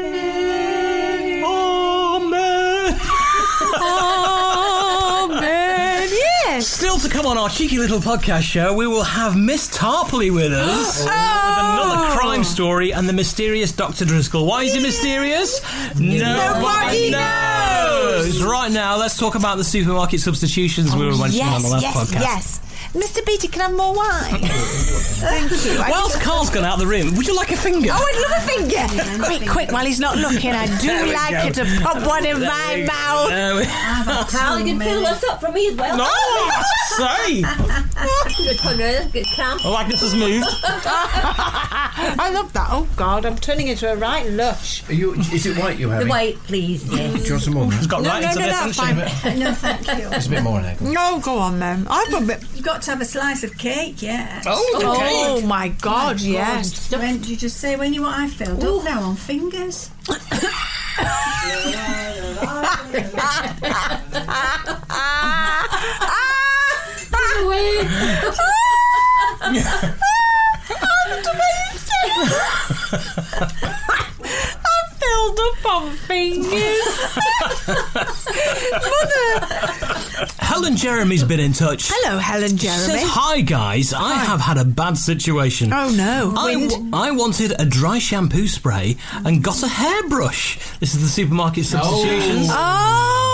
Speaker 3: Oh man.
Speaker 4: Oh,
Speaker 3: Um,
Speaker 4: man. Yes.
Speaker 3: Still to come on our cheeky little podcast show, we will have Miss Tarpley with us. Another crime story and the mysterious Dr. Driscoll. Why is he mysterious? Nobody,
Speaker 4: Nobody
Speaker 3: knows. Oh, Right now, let's talk about the supermarket substitutions we were mentioning on the
Speaker 4: Yes,
Speaker 3: last
Speaker 4: yes,
Speaker 3: podcast.
Speaker 4: yes. Mr. Beatty, can I have more wine? Thank you. I
Speaker 3: Whilst Carl's gone out of the room, would you like a finger?
Speaker 4: Oh, I'd love a finger. quick, quick, while he's not looking, I
Speaker 3: There we
Speaker 4: do like
Speaker 3: go.
Speaker 4: you to pop one in my mouth.
Speaker 3: There we-
Speaker 8: Carl, you can fill this up for me as well. Oh,
Speaker 3: no, say.
Speaker 8: Good one, Ruth. Good camp.
Speaker 3: The likeness has moved.
Speaker 4: I love that. Oh, God, I'm turning into a right lush.
Speaker 6: Are you, is it white you
Speaker 8: The
Speaker 6: having?
Speaker 8: white, please. Yes.
Speaker 6: Do you want some more?
Speaker 3: It's got
Speaker 4: No,
Speaker 3: right
Speaker 4: no,
Speaker 3: into
Speaker 4: no,
Speaker 3: this,
Speaker 4: that's
Speaker 3: hasn't she?
Speaker 7: No, thank you.
Speaker 6: It's a bit more in there. go on.
Speaker 4: Oh, go on, then. I've a bit.
Speaker 7: You've got to have a slice of cake, yeah.
Speaker 3: Oh, okay.
Speaker 4: Oh, my God, yes.
Speaker 7: When do you just say when you what I filled up now on fingers?
Speaker 4: Oh. I'm filled up on fingers. Mother.
Speaker 3: Helen Jeremy's been in touch.
Speaker 4: Hello, "Oh, Helen
Speaker 3: Says,
Speaker 4: Jeremy.
Speaker 3: hi guys, I have had a bad situation.
Speaker 4: Oh, no.
Speaker 3: I,
Speaker 4: Wind.
Speaker 3: w- I wanted a dry shampoo spray and got a hairbrush. This is the supermarket substitutions.
Speaker 4: Oh.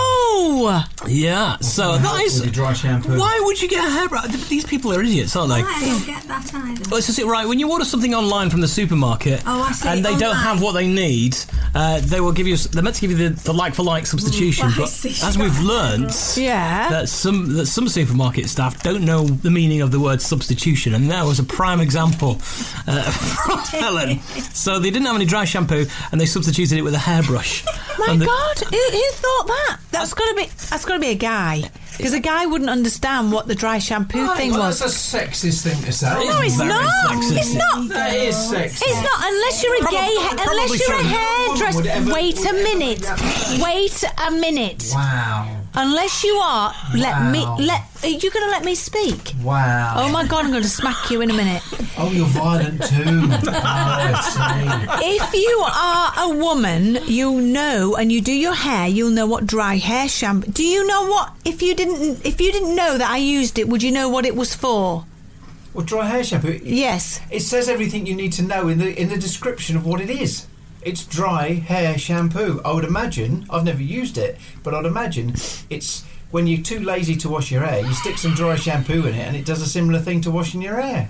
Speaker 3: Yeah, so that is.
Speaker 6: With a dry shampoo.
Speaker 3: Why would you get a hairbrush? Th- These people are idiots, aren't they?
Speaker 7: I don't get that either.
Speaker 3: Well, it's just it, right. When you order something online from the supermarket
Speaker 7: Oh, I see,
Speaker 3: and they don't
Speaker 7: online.
Speaker 3: have what they need, uh, they will give you. s- They're meant to give you the, the like for like substitution.
Speaker 7: Mm, well, I
Speaker 3: but
Speaker 7: see.
Speaker 3: as we've learned,
Speaker 4: Yeah.
Speaker 3: that some that some supermarket staff don't know the meaning of the word substitution, and there was a prime example uh, from Helen. So they didn't have any dry shampoo, and they substituted it with a hairbrush.
Speaker 4: My
Speaker 3: And the-
Speaker 4: God, who, who thought that? That's got to be that's got to be a guy because a guy wouldn't understand what the dry shampoo thing
Speaker 6: well,
Speaker 4: was.
Speaker 6: That's a sexist thing to say.
Speaker 4: No, it's
Speaker 3: very
Speaker 4: not.
Speaker 3: sexist.
Speaker 4: It's not.
Speaker 6: That is sexist.
Speaker 4: It's not unless you're a
Speaker 3: Probably-
Speaker 4: gay, ha-
Speaker 3: probably
Speaker 4: unless you're a
Speaker 3: so.
Speaker 6: Would
Speaker 4: hairdresser.
Speaker 6: ever-
Speaker 4: Wait a
Speaker 6: would ever-
Speaker 4: minute. Wait a minute.
Speaker 6: Wow.
Speaker 4: Unless you are, let me.
Speaker 6: Wow.
Speaker 4: Let are you going to let me speak?
Speaker 6: Wow.
Speaker 4: Oh my God, I'm going to smack you in a minute.
Speaker 6: Oh, you're violent too. Oh, I
Speaker 4: if you are a woman, you know, and you do your hair, you'll know what dry hair shampoo. Do you know what? If you didn't, if you didn't know that I used it, would you know what it was for?
Speaker 6: see. Well, dry hair shampoo. It,
Speaker 4: Yes.
Speaker 6: it says everything you need to know in the in the description of what it is. It's dry hair shampoo. I would imagine. I've never used it, but I'd imagine it's when you're too lazy to wash your hair. You stick some dry shampoo in it, and it does a similar thing to washing your hair.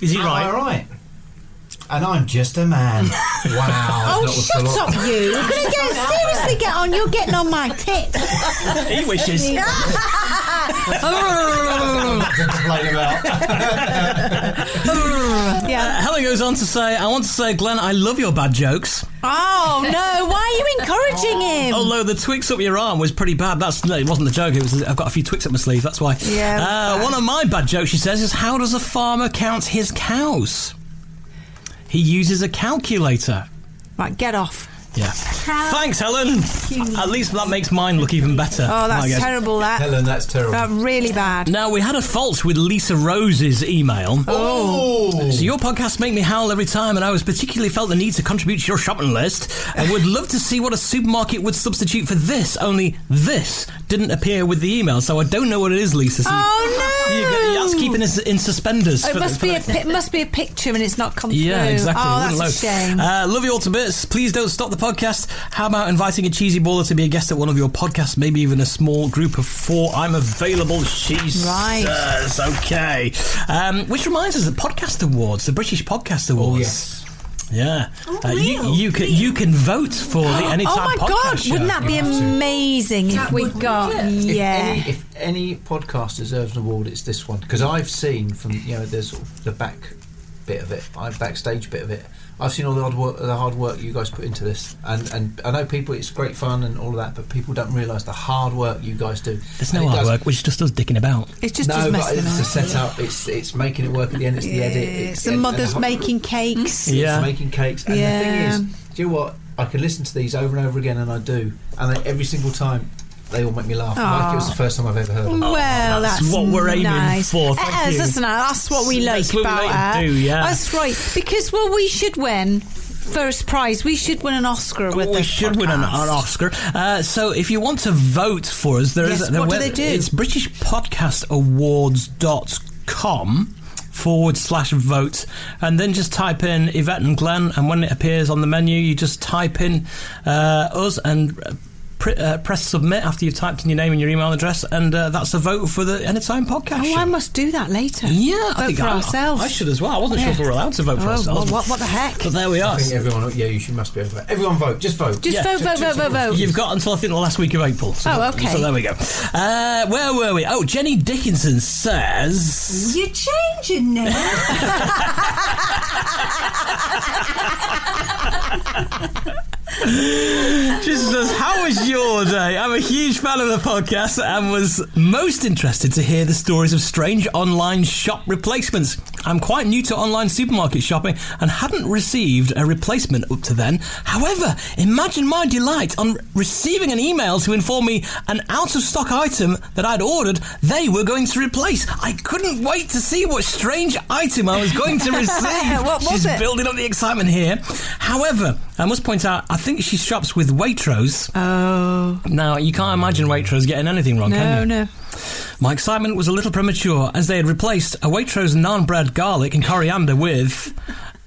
Speaker 3: Is he
Speaker 6: Am I
Speaker 3: right?
Speaker 6: right? And I'm just a man. wow.
Speaker 4: Oh,
Speaker 6: that was a
Speaker 4: shut
Speaker 6: lot.
Speaker 4: up, you! You're gonna get seriously Oh, get on. You're getting on my tits.
Speaker 3: He wishes.
Speaker 6: To complain about.
Speaker 4: yeah.
Speaker 3: Uh, Helen goes on to say, I want to say, Glenn, I love your bad jokes.
Speaker 4: Oh no! Why are you encouraging him?
Speaker 3: Although Oh, the twix up your arm was pretty bad. That's no, it wasn't the joke. It was I've got a few twigs up my sleeve. That's why.
Speaker 4: Yeah, that's
Speaker 3: Uh, one of my bad jokes, she says, is how does a farmer count his cows? He uses a calculator.
Speaker 4: Right, get off.
Speaker 3: Yeah. Thanks, Helen. At least that makes mine look even better.
Speaker 4: Oh,
Speaker 3: I
Speaker 4: that's
Speaker 3: guess.
Speaker 4: terrible. That
Speaker 6: that's terrible.
Speaker 4: that really bad.
Speaker 3: Now we had a fault with Lisa Rose's email.
Speaker 4: Oh.
Speaker 3: So your podcasts make me howl every time, and I was particularly felt the need to contribute to your shopping list. I would love to see what a supermarket would substitute for this. Only this didn't appear with the email, so I don't know what it is, Lisa. So
Speaker 4: Oh no!
Speaker 3: you go- that's keeping us in suspenders.
Speaker 4: Oh, It
Speaker 3: for
Speaker 4: must
Speaker 3: the, for
Speaker 4: be
Speaker 3: the
Speaker 4: a pi- must be a picture and it's not come
Speaker 3: yeah,
Speaker 4: through.
Speaker 3: exactly.
Speaker 4: Oh, that's
Speaker 3: Wouldn't
Speaker 4: a
Speaker 3: load.
Speaker 4: shame.
Speaker 3: Uh, love you all to bits. Please don't stop the podcast. How about inviting a cheesy baller to be a guest at one of your podcasts? Maybe even a small group of four. I'm available. She
Speaker 4: Right.
Speaker 3: says. Okay. Um, which reminds us, the podcast awards, the British Podcast Awards.
Speaker 6: Oh, yes.
Speaker 3: Yeah. Uh, you,
Speaker 4: real?
Speaker 3: you can you can vote for the
Speaker 4: oh
Speaker 3: anytime
Speaker 4: my
Speaker 3: podcast
Speaker 4: god!
Speaker 3: show.
Speaker 4: Wouldn't that be
Speaker 6: You have to.
Speaker 4: amazing if we got?
Speaker 6: If
Speaker 4: Yeah.
Speaker 6: Any, if any podcast deserves an award, it's this one because I've seen from you know there's sort of the back bit of it, I backstage bit of it. I've seen all the hard work, the hard work you guys put into this, and and I know people, it's great fun and all of that, but people don't realise the hard work you guys do.
Speaker 3: There's
Speaker 6: And
Speaker 3: no
Speaker 6: it
Speaker 3: hard
Speaker 6: does-
Speaker 3: work, which just does dicking about.
Speaker 4: It's just as
Speaker 6: No, but
Speaker 4: messing
Speaker 6: it's the
Speaker 4: up.
Speaker 6: setup. It's it's making it work at the end. It's the edit.
Speaker 4: It's
Speaker 6: It's
Speaker 4: the
Speaker 6: and- and
Speaker 4: mother's
Speaker 6: ho-
Speaker 4: making cakes.
Speaker 6: It's
Speaker 3: Yeah.
Speaker 6: making cakes. And the thing
Speaker 4: Yeah.
Speaker 6: is, do you know what? I can listen to these over and over again, and I do, and they, every single time they all make me laugh. Like it was the first time I've ever heard. Them.
Speaker 4: Well,
Speaker 3: Oh, that's
Speaker 4: that's,
Speaker 3: what we're aiming
Speaker 4: nice.
Speaker 3: for,
Speaker 4: It
Speaker 3: thank
Speaker 4: is,
Speaker 3: you.
Speaker 4: isn't it? That's what we like
Speaker 3: That's what we
Speaker 4: about
Speaker 3: like to
Speaker 4: it.
Speaker 3: do, yeah.
Speaker 4: That's right. Because well, we should win first prize. We should win an Oscar with
Speaker 3: Oh, we
Speaker 4: this.
Speaker 3: should win an, an
Speaker 4: podcast.
Speaker 3: Oscar. Uh, so if you want to vote for us, there is
Speaker 4: Yes,
Speaker 3: there
Speaker 4: what do
Speaker 3: web-
Speaker 4: they do?
Speaker 3: It's britishpodcastawards.com forward slash vote and then just type in Yvette and Glenn and when it appears on the menu you just type in uh, us and uh, pr- uh, press submit after you've typed in your name and your email address and uh, that's a vote for the Anytime podcast
Speaker 4: Oh,
Speaker 3: show.
Speaker 4: I must do that later.
Speaker 3: yeah
Speaker 4: vote
Speaker 3: I think
Speaker 4: for
Speaker 3: I,
Speaker 4: ourselves.
Speaker 3: I should as well I wasn't sure if we were allowed to vote for
Speaker 4: Oh,
Speaker 3: ourselves
Speaker 4: well, what- what the heck?
Speaker 3: but there we are
Speaker 6: I think everyone, yeah, you should must be over. it. Everyone vote, just vote.
Speaker 4: Just
Speaker 3: Yeah.
Speaker 4: vote, vote, vote, vote, vote.
Speaker 3: You've got until I think the last week of April. So,
Speaker 4: Oh, okay.
Speaker 3: So there we go. Uh, where were we? Oh, Jenny Dickinson says.
Speaker 7: You're changing now.
Speaker 3: She says, How was your day? I'm a huge fan of the podcast and was most interested to hear the stories of strange online shop replacements. I'm quite new to online supermarket shopping and hadn't received a replacement up to then. However, imagine my delight on receiving an email to inform me an out of stock item that I'd ordered they were going to replace. I couldn't wait to see what strange item I was going to receive.
Speaker 4: What was
Speaker 3: She's
Speaker 4: it?
Speaker 3: building up the excitement here. However, I must point out, I think she shops with Waitrose.
Speaker 4: Oh
Speaker 3: Now, you can't imagine Waitrose getting anything wrong, can
Speaker 4: no,
Speaker 3: you?
Speaker 4: no.
Speaker 3: My excitement was a little premature as they had replaced a Waitrose naan bread garlic and coriander with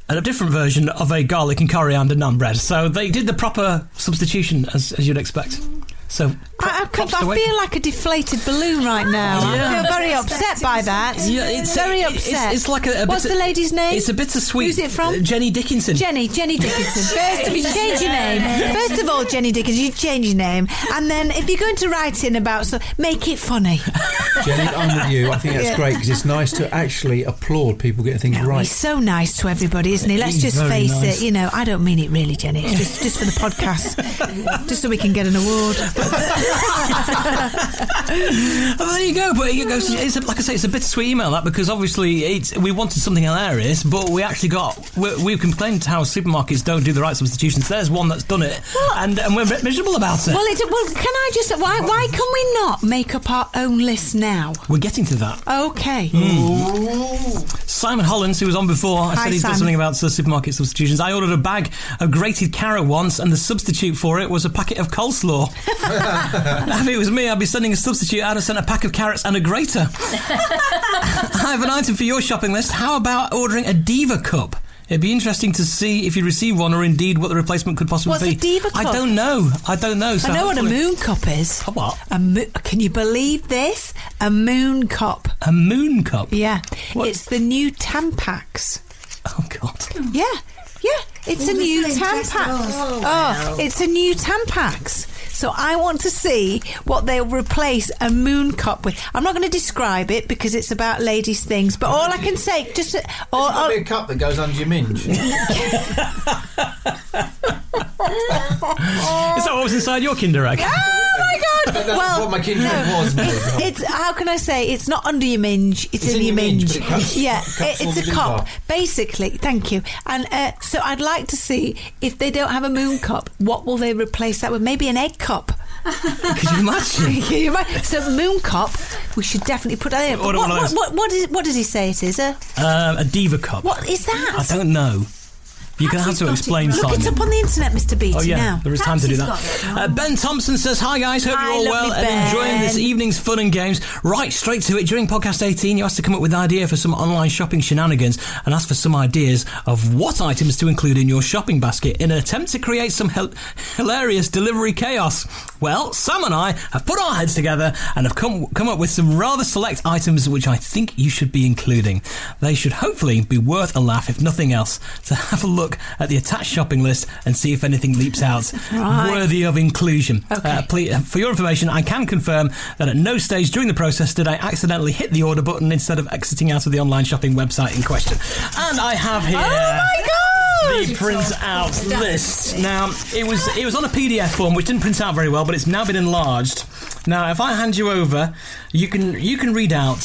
Speaker 3: a different version of a garlic and coriander naan bread. So they did the proper substitution as, as you'd expect. So pro-
Speaker 4: I, I,
Speaker 3: props to
Speaker 4: I
Speaker 3: Waitrose.
Speaker 4: feel like a deflated balloon right now.
Speaker 3: Yeah.
Speaker 4: I feel very upset by that.
Speaker 3: Yeah, it's
Speaker 4: very
Speaker 3: it-
Speaker 4: upset.
Speaker 3: It's, it's like a, a
Speaker 4: What's
Speaker 3: bit
Speaker 4: the lady's name?
Speaker 3: It's a bit of sweet. Uh,
Speaker 4: Who's it from?
Speaker 3: Jenny Dickinson.
Speaker 4: Jenny, Jenny Dickinson. First of you change your name. First of all, Jenny Dickinson, you change your name, and then if you're going to write in about, so make it funny.
Speaker 6: Jenny, I'm with you. I think that's
Speaker 4: Yeah.
Speaker 6: great because it's nice to actually applaud people getting things
Speaker 4: He's
Speaker 6: right.
Speaker 4: so nice to everybody, isn't he? Let's
Speaker 3: He's
Speaker 4: just
Speaker 3: very
Speaker 4: face
Speaker 3: nice.
Speaker 4: it. You know, I don't mean it really, Jenny. It's just just for the podcast, just so we can get an award.
Speaker 3: Oh, there you go. But it goes. It's a, like I say, it's a bittersweet email that because obviously it's, we wanted something hilarious, but we actually got we, we've complained how supermarkets don't do the right substitutions. There's one that's done it, and and we're a bit miserable about it.
Speaker 4: Well, it, well, can I just why why can we not make up our own list now?
Speaker 3: we're getting to that.
Speaker 4: Okay.
Speaker 3: Hmm. Simon Hollins, who was on before,
Speaker 4: Hi,
Speaker 3: I said he's got
Speaker 4: Simon.
Speaker 3: something about the supermarket substitutions. I ordered a bag of grated carrot once, and the substitute for it was a packet of coleslaw. Now, if it was me, I'd be sending a substitute. I'd have sent a pack of carrots and a grater. I have an item for your shopping list. How about ordering a diva cup? It'd be interesting to see if you receive one, or indeed what the replacement could possibly
Speaker 4: What's
Speaker 3: be.
Speaker 4: a diva cup?
Speaker 3: I don't know. I don't know. So
Speaker 4: I know what a
Speaker 3: hopefully-
Speaker 4: moon cup is.
Speaker 3: A what?
Speaker 4: A mo- can you believe this? A moon cup.
Speaker 3: A moon cup.
Speaker 4: Yeah.
Speaker 3: What?
Speaker 4: It's the new Tampax.
Speaker 3: Oh God.
Speaker 4: Yeah. Yeah. It's a
Speaker 7: Ooh,
Speaker 4: new
Speaker 7: this is
Speaker 4: Tampax.
Speaker 7: interesting.
Speaker 4: Oh, it's a new Tampax. So I want to see what they'll replace a moon cup with. I'm not going to describe it because it's about ladies' things, but all I can say, just all,
Speaker 6: Got
Speaker 4: all,
Speaker 6: a big cup that goes under your minge.
Speaker 3: Is that what was inside your Kinder Egg?
Speaker 4: Oh my god!
Speaker 6: that's what my kindred was.
Speaker 4: It's, it's how can I say? It's not under your minge. It's, in, your minge.
Speaker 6: but it cups-
Speaker 4: yeah, it-
Speaker 6: cups all
Speaker 4: it's
Speaker 6: the
Speaker 4: a cop,
Speaker 6: jar.
Speaker 4: basically. Thank you. And uh, so I'd like to see if they don't have a moon cup, what will they replace that with? Maybe an egg cup.
Speaker 3: Could you imagine?
Speaker 4: Can you imagine? So moon cup, we should definitely put that in. But
Speaker 3: Order
Speaker 4: what,
Speaker 3: one of
Speaker 4: what,
Speaker 3: those.
Speaker 4: what, what, is, what does he say it is? Uh,
Speaker 3: Um, a diva cup.
Speaker 4: what is that?
Speaker 3: I don't know. You're going to have to explain,
Speaker 4: Look
Speaker 3: Simon.
Speaker 4: it up on the internet, Mr. Beatty.
Speaker 3: Oh yeah,
Speaker 4: now.
Speaker 3: there is time to do that.
Speaker 7: Perhaps he's got
Speaker 3: Uh, ben Thompson says, "Hi guys, hope
Speaker 4: Hi,
Speaker 3: you're
Speaker 4: lovely
Speaker 3: all well and enjoying this
Speaker 4: Ben.
Speaker 3: evening's fun and games." Right, straight to it. During podcast 18, you asked to come up with an idea for some online shopping shenanigans and asked for some ideas of what items to include in your shopping basket in an attempt to create some hel- hilarious delivery chaos. Well, Sam and I have put our heads together and have come come up with some rather select items which I think you should be including. They should hopefully be worth a laugh, if nothing else. To have a look at the attached shopping list and see if anything leaps out worthy of inclusion. Uh, please, for your information, I can confirm that at no stage during the process did I accidentally hit the order button instead of exiting out of the online shopping website in question. And I
Speaker 7: Oh,
Speaker 3: have here.
Speaker 4: Oh,
Speaker 3: The print out list. Now it was it was on a PDF form which didn't print out very well, but it's now been enlarged. Now if I hand you over, you can you can read out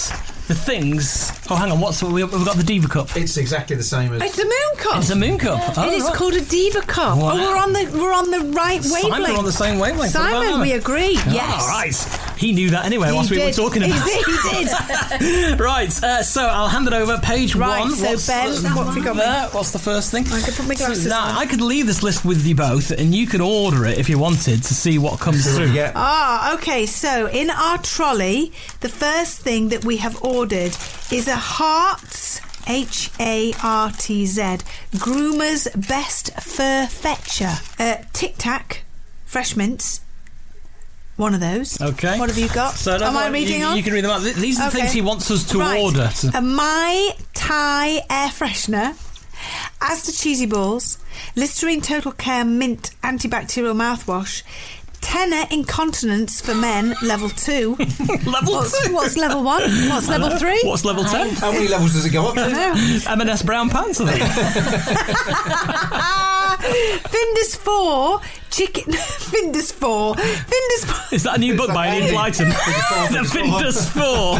Speaker 3: the things. Oh, hang on, what's we- we've got the diva cup.
Speaker 6: It's exactly the same as.
Speaker 4: It's a moon cup.
Speaker 3: It's a moon cup. Oh,
Speaker 4: it is
Speaker 3: right.
Speaker 4: called a diva cup.
Speaker 3: Wow.
Speaker 4: Oh, we're on the we're on the right
Speaker 3: Simon,
Speaker 4: wavelength.
Speaker 3: we're on the same wavelength.
Speaker 4: Simon,
Speaker 3: Wow.
Speaker 4: we agree. yes.
Speaker 3: All right. He knew that anyway.
Speaker 4: He
Speaker 3: whilst we were
Speaker 4: did.
Speaker 3: talking
Speaker 4: He
Speaker 3: about.
Speaker 4: did, he did.
Speaker 3: did. right. Uh, so I'll hand it over. Page
Speaker 4: Right,
Speaker 3: one.
Speaker 4: so
Speaker 3: what's,
Speaker 4: Ben,
Speaker 3: the-
Speaker 4: what have you got me?
Speaker 3: there? What's the first thing? I
Speaker 4: could put my glasses on.
Speaker 3: now, I could leave this list with you both, and you could order it if you wanted to see what comes through.
Speaker 6: Yeah.
Speaker 4: Ah, okay. So in our trolley, the first thing that we have ordered is a Hart's H A R T Z Groomer's Best Fur Fetcher, uh, Tic Tac, Fresh Mints. One of those.
Speaker 3: Okay.
Speaker 4: What have you got?
Speaker 3: So don't
Speaker 4: Am I
Speaker 3: worry,
Speaker 4: reading
Speaker 3: you,
Speaker 4: on?
Speaker 3: You can read them out. Th- These are the
Speaker 4: Okay.
Speaker 3: things he wants us to
Speaker 4: Right.
Speaker 3: order. So-
Speaker 4: A Mai Thai air freshener, Asda cheesy balls, Listerine Total Care mint antibacterial mouthwash, Tenor incontinence for men level two.
Speaker 3: level
Speaker 4: what's,
Speaker 3: two.
Speaker 4: what's level one? Oh, What's level three?
Speaker 3: Uh, What's level ten?
Speaker 6: How many levels does it go up to?
Speaker 4: no.
Speaker 3: M&S brown pants. I think.
Speaker 4: Ah, Findus four chicken. Findus four. Findus. four-
Speaker 3: Is that a new book by Ian Blyton? the Findus Four.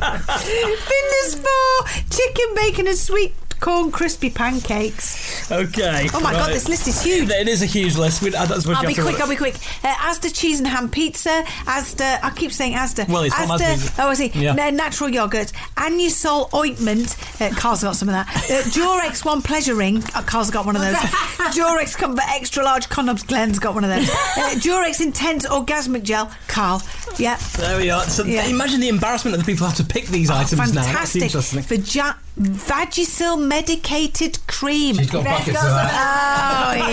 Speaker 4: Findus four chicken bacon and sweet corn crispy pancakes.
Speaker 3: okay.
Speaker 4: Oh my god,
Speaker 3: right.
Speaker 4: this list is huge.
Speaker 3: It is a huge list. We, uh, that's what
Speaker 4: I'll
Speaker 3: you
Speaker 4: be
Speaker 3: have to
Speaker 4: quick.
Speaker 3: order.
Speaker 4: I'll be quick. Uh, Asda cheese and ham pizza. Asda. I keep saying Asda.
Speaker 3: Well, it's from
Speaker 4: Asda.
Speaker 3: Asda's.
Speaker 4: Oh, I see.
Speaker 3: Yeah.
Speaker 4: Na- natural yogurt. Anusol ointment. Uh, Carl's got some of that. Uh, Durex one pleasure ring. Oh, Carl's got one of those. Durex comfort extra large condoms. Glenn's got one of those. Uh, Durex intense orgasmic gel. Carl. Yeah.
Speaker 3: There we are. So
Speaker 4: Yeah. Oh,
Speaker 3: imagine the embarrassment of the people who have to pick these items now. That's the
Speaker 4: Fantastic.
Speaker 3: interesting thing.
Speaker 4: Vaja- Vagisil medicated cream.
Speaker 6: She's got
Speaker 8: Let's
Speaker 6: buckets
Speaker 8: go
Speaker 6: of that.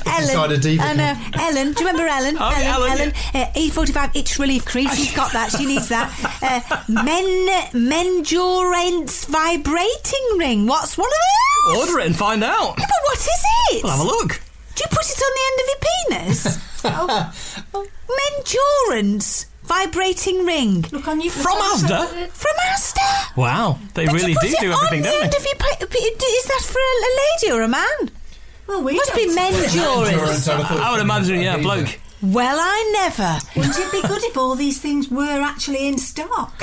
Speaker 4: Oh yes,
Speaker 6: Inside a
Speaker 4: Ellen.
Speaker 6: diva
Speaker 4: I know. Ellen. Do you remember Ellen?
Speaker 3: Oh, yeah,
Speaker 4: Ellen.
Speaker 3: Ellen,
Speaker 4: Uh, E45 itch relief cream. She's got that. She needs that. Uh, men Mendurance vibrating ring. What's one of those?
Speaker 3: Order it and find out.
Speaker 4: But what is it?
Speaker 3: We'll have a look.
Speaker 4: Do you put it on the end of your penis? oh. Mendurance vibrating ring
Speaker 7: Look on you
Speaker 3: From Asda?
Speaker 4: from Asda.
Speaker 3: Wow. They
Speaker 4: But
Speaker 3: really
Speaker 4: you put
Speaker 3: do
Speaker 4: it on
Speaker 3: do everything,
Speaker 4: the
Speaker 3: don't
Speaker 4: end
Speaker 3: they?
Speaker 4: of your pi- Is that for a, a lady or a man?
Speaker 7: Well, we
Speaker 4: Must
Speaker 7: don't.
Speaker 4: be Mendurance.
Speaker 3: I would imagine, yeah, bloke.
Speaker 4: Well, I never.
Speaker 7: Wouldn't it be good if all these things were actually in stock?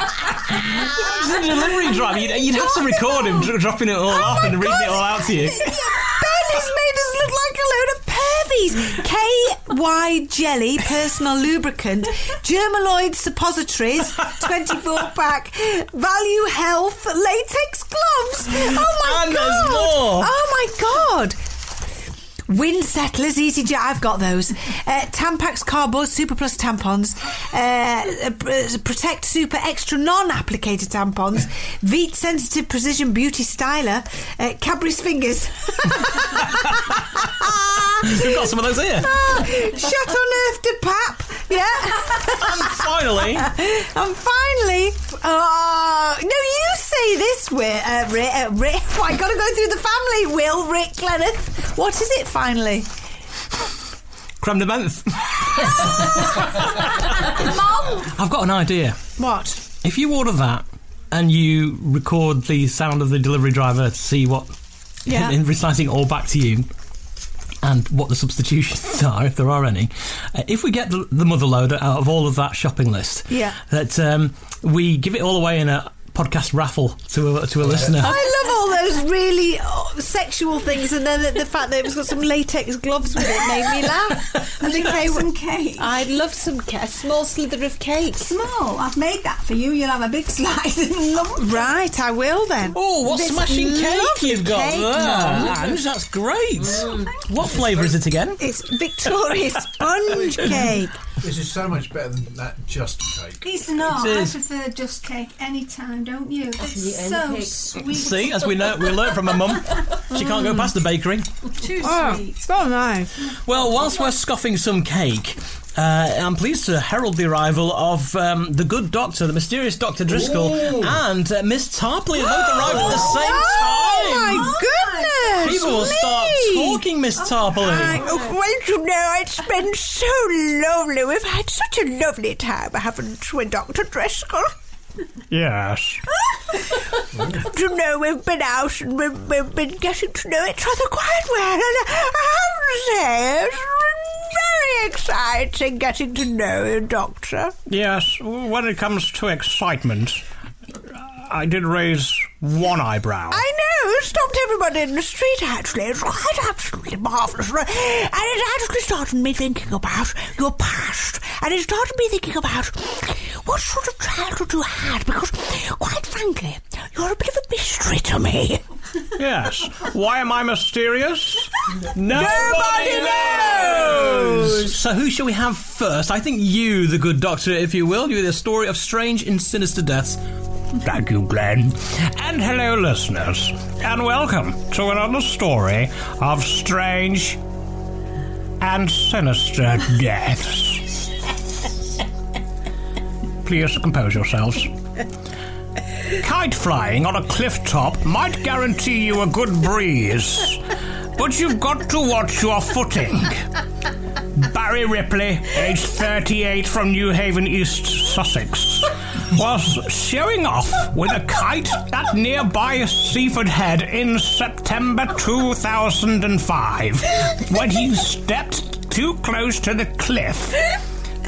Speaker 3: It's a delivery driver. You'd, you'd have
Speaker 7: Oh,
Speaker 3: to record him dro- dropping it all
Speaker 4: Oh
Speaker 3: off Oh, and reading it all out to you.
Speaker 4: Ben has made us look like a load of pervies. KY Jelly Personal Lubricant, Germaloid Suppositories, 24 pack, Value Health Latex Gloves. Oh my
Speaker 3: And
Speaker 4: god.
Speaker 3: there's more.
Speaker 4: Oh my god. Wind Settlers, Easy Jet, I've got those. Uh, Tampax Cardboard, Super Plus tampons. Uh, uh, pr- uh, Protect Super Extra Non Applicator tampons. Veet Sensitive Precision Beauty Styler. Uh, Cadbury's Fingers.
Speaker 3: We've got some of those here.
Speaker 4: Ah, Shut on Earth to Pap. Yeah.
Speaker 3: And finally,
Speaker 4: and finally, oh, no, you say this, Wi- uh, Rick. Uh, Rick. Oh, I got to go through the family. Will, Rick, Glenneth. What is it finally?
Speaker 3: creme de menthe. I've got an idea.
Speaker 4: What?
Speaker 3: If you order that and you record the sound of the delivery driver to see what
Speaker 4: Yeah.
Speaker 3: in reciting all back to you, and what the substitutions are, if there are any, uh, if we get the, the mother loader out of all of that shopping list,
Speaker 7: Yeah.
Speaker 3: that um, we give it all away in a podcast raffle to a, to a listener.
Speaker 7: I love all those really oh, sexual things, and then the, the fact that it was got some latex gloves with it made me laugh. I
Speaker 4: Would you
Speaker 7: think
Speaker 4: like
Speaker 7: they
Speaker 4: some
Speaker 7: were.
Speaker 4: cake?
Speaker 7: I'd love some ca- a small slither of cake.
Speaker 4: Small. I've made that for you. You'll have a big slice and lump.
Speaker 7: Right, I will then.
Speaker 3: Oh, what
Speaker 7: This
Speaker 3: smashing cake Mm.
Speaker 7: lovely
Speaker 3: you've got
Speaker 7: cake,
Speaker 3: there,
Speaker 7: Mum.
Speaker 3: Oh, Ange, That's great. What flavour is it again?
Speaker 7: It's Victoria sponge cake.
Speaker 6: This is so much better than that just cake.
Speaker 4: It's not.
Speaker 3: It
Speaker 4: I
Speaker 3: is.
Speaker 4: prefer just cake any time, don't you?
Speaker 8: eat
Speaker 4: It's
Speaker 8: any
Speaker 4: so
Speaker 8: cake.
Speaker 4: sweet.
Speaker 3: See, as we know, we learnt from my mum, she can't go past the bakery.
Speaker 4: Oh, Too sweet.
Speaker 7: Ah, so nice.
Speaker 3: Well, whilst we're scoffing some cake, uh, I'm pleased to herald the arrival of um, the good doctor, the mysterious Dr. Driscoll, and uh, Miss Tarpley have both arrived at the same time.
Speaker 7: Oh, my goodness! Oh,
Speaker 3: People will start talking, Miss Tarpley.
Speaker 7: well, you know, it's been so lovely. We've had such a lovely time, haven't we, Dr. Driscoll?
Speaker 9: Yes.
Speaker 7: you know, we've been out and we've, we've been getting to know each other quite well. And I have to say, it's been very exciting getting to know you, Doctor.
Speaker 9: Yes. When it comes to excitement, I did raise one eyebrow.
Speaker 7: I know, it stopped everybody in the street, actually. It's quite absolutely marvellous. And it actually started me thinking about your past. And it started me thinking about what sort of childhood you had, because, quite frankly, you're a bit of a mystery to me.
Speaker 9: Yes. Why am I mysterious?
Speaker 3: Nobody knows! So, who shall we have first? I think you, the good doctor, if you will. You're the story of strange and sinister deaths.
Speaker 9: Thank you, Glenn. And hello, listeners. And welcome to another story of strange and sinister deaths. Please compose yourselves. Kite flying on a cliff top might guarantee you a good breeze, but you've got to watch your footing. Barry Ripley, aged 38 from New Haven, East Sussex, was showing off with a kite at nearby Seaford Head in September 2005 when he stepped too close to the cliff.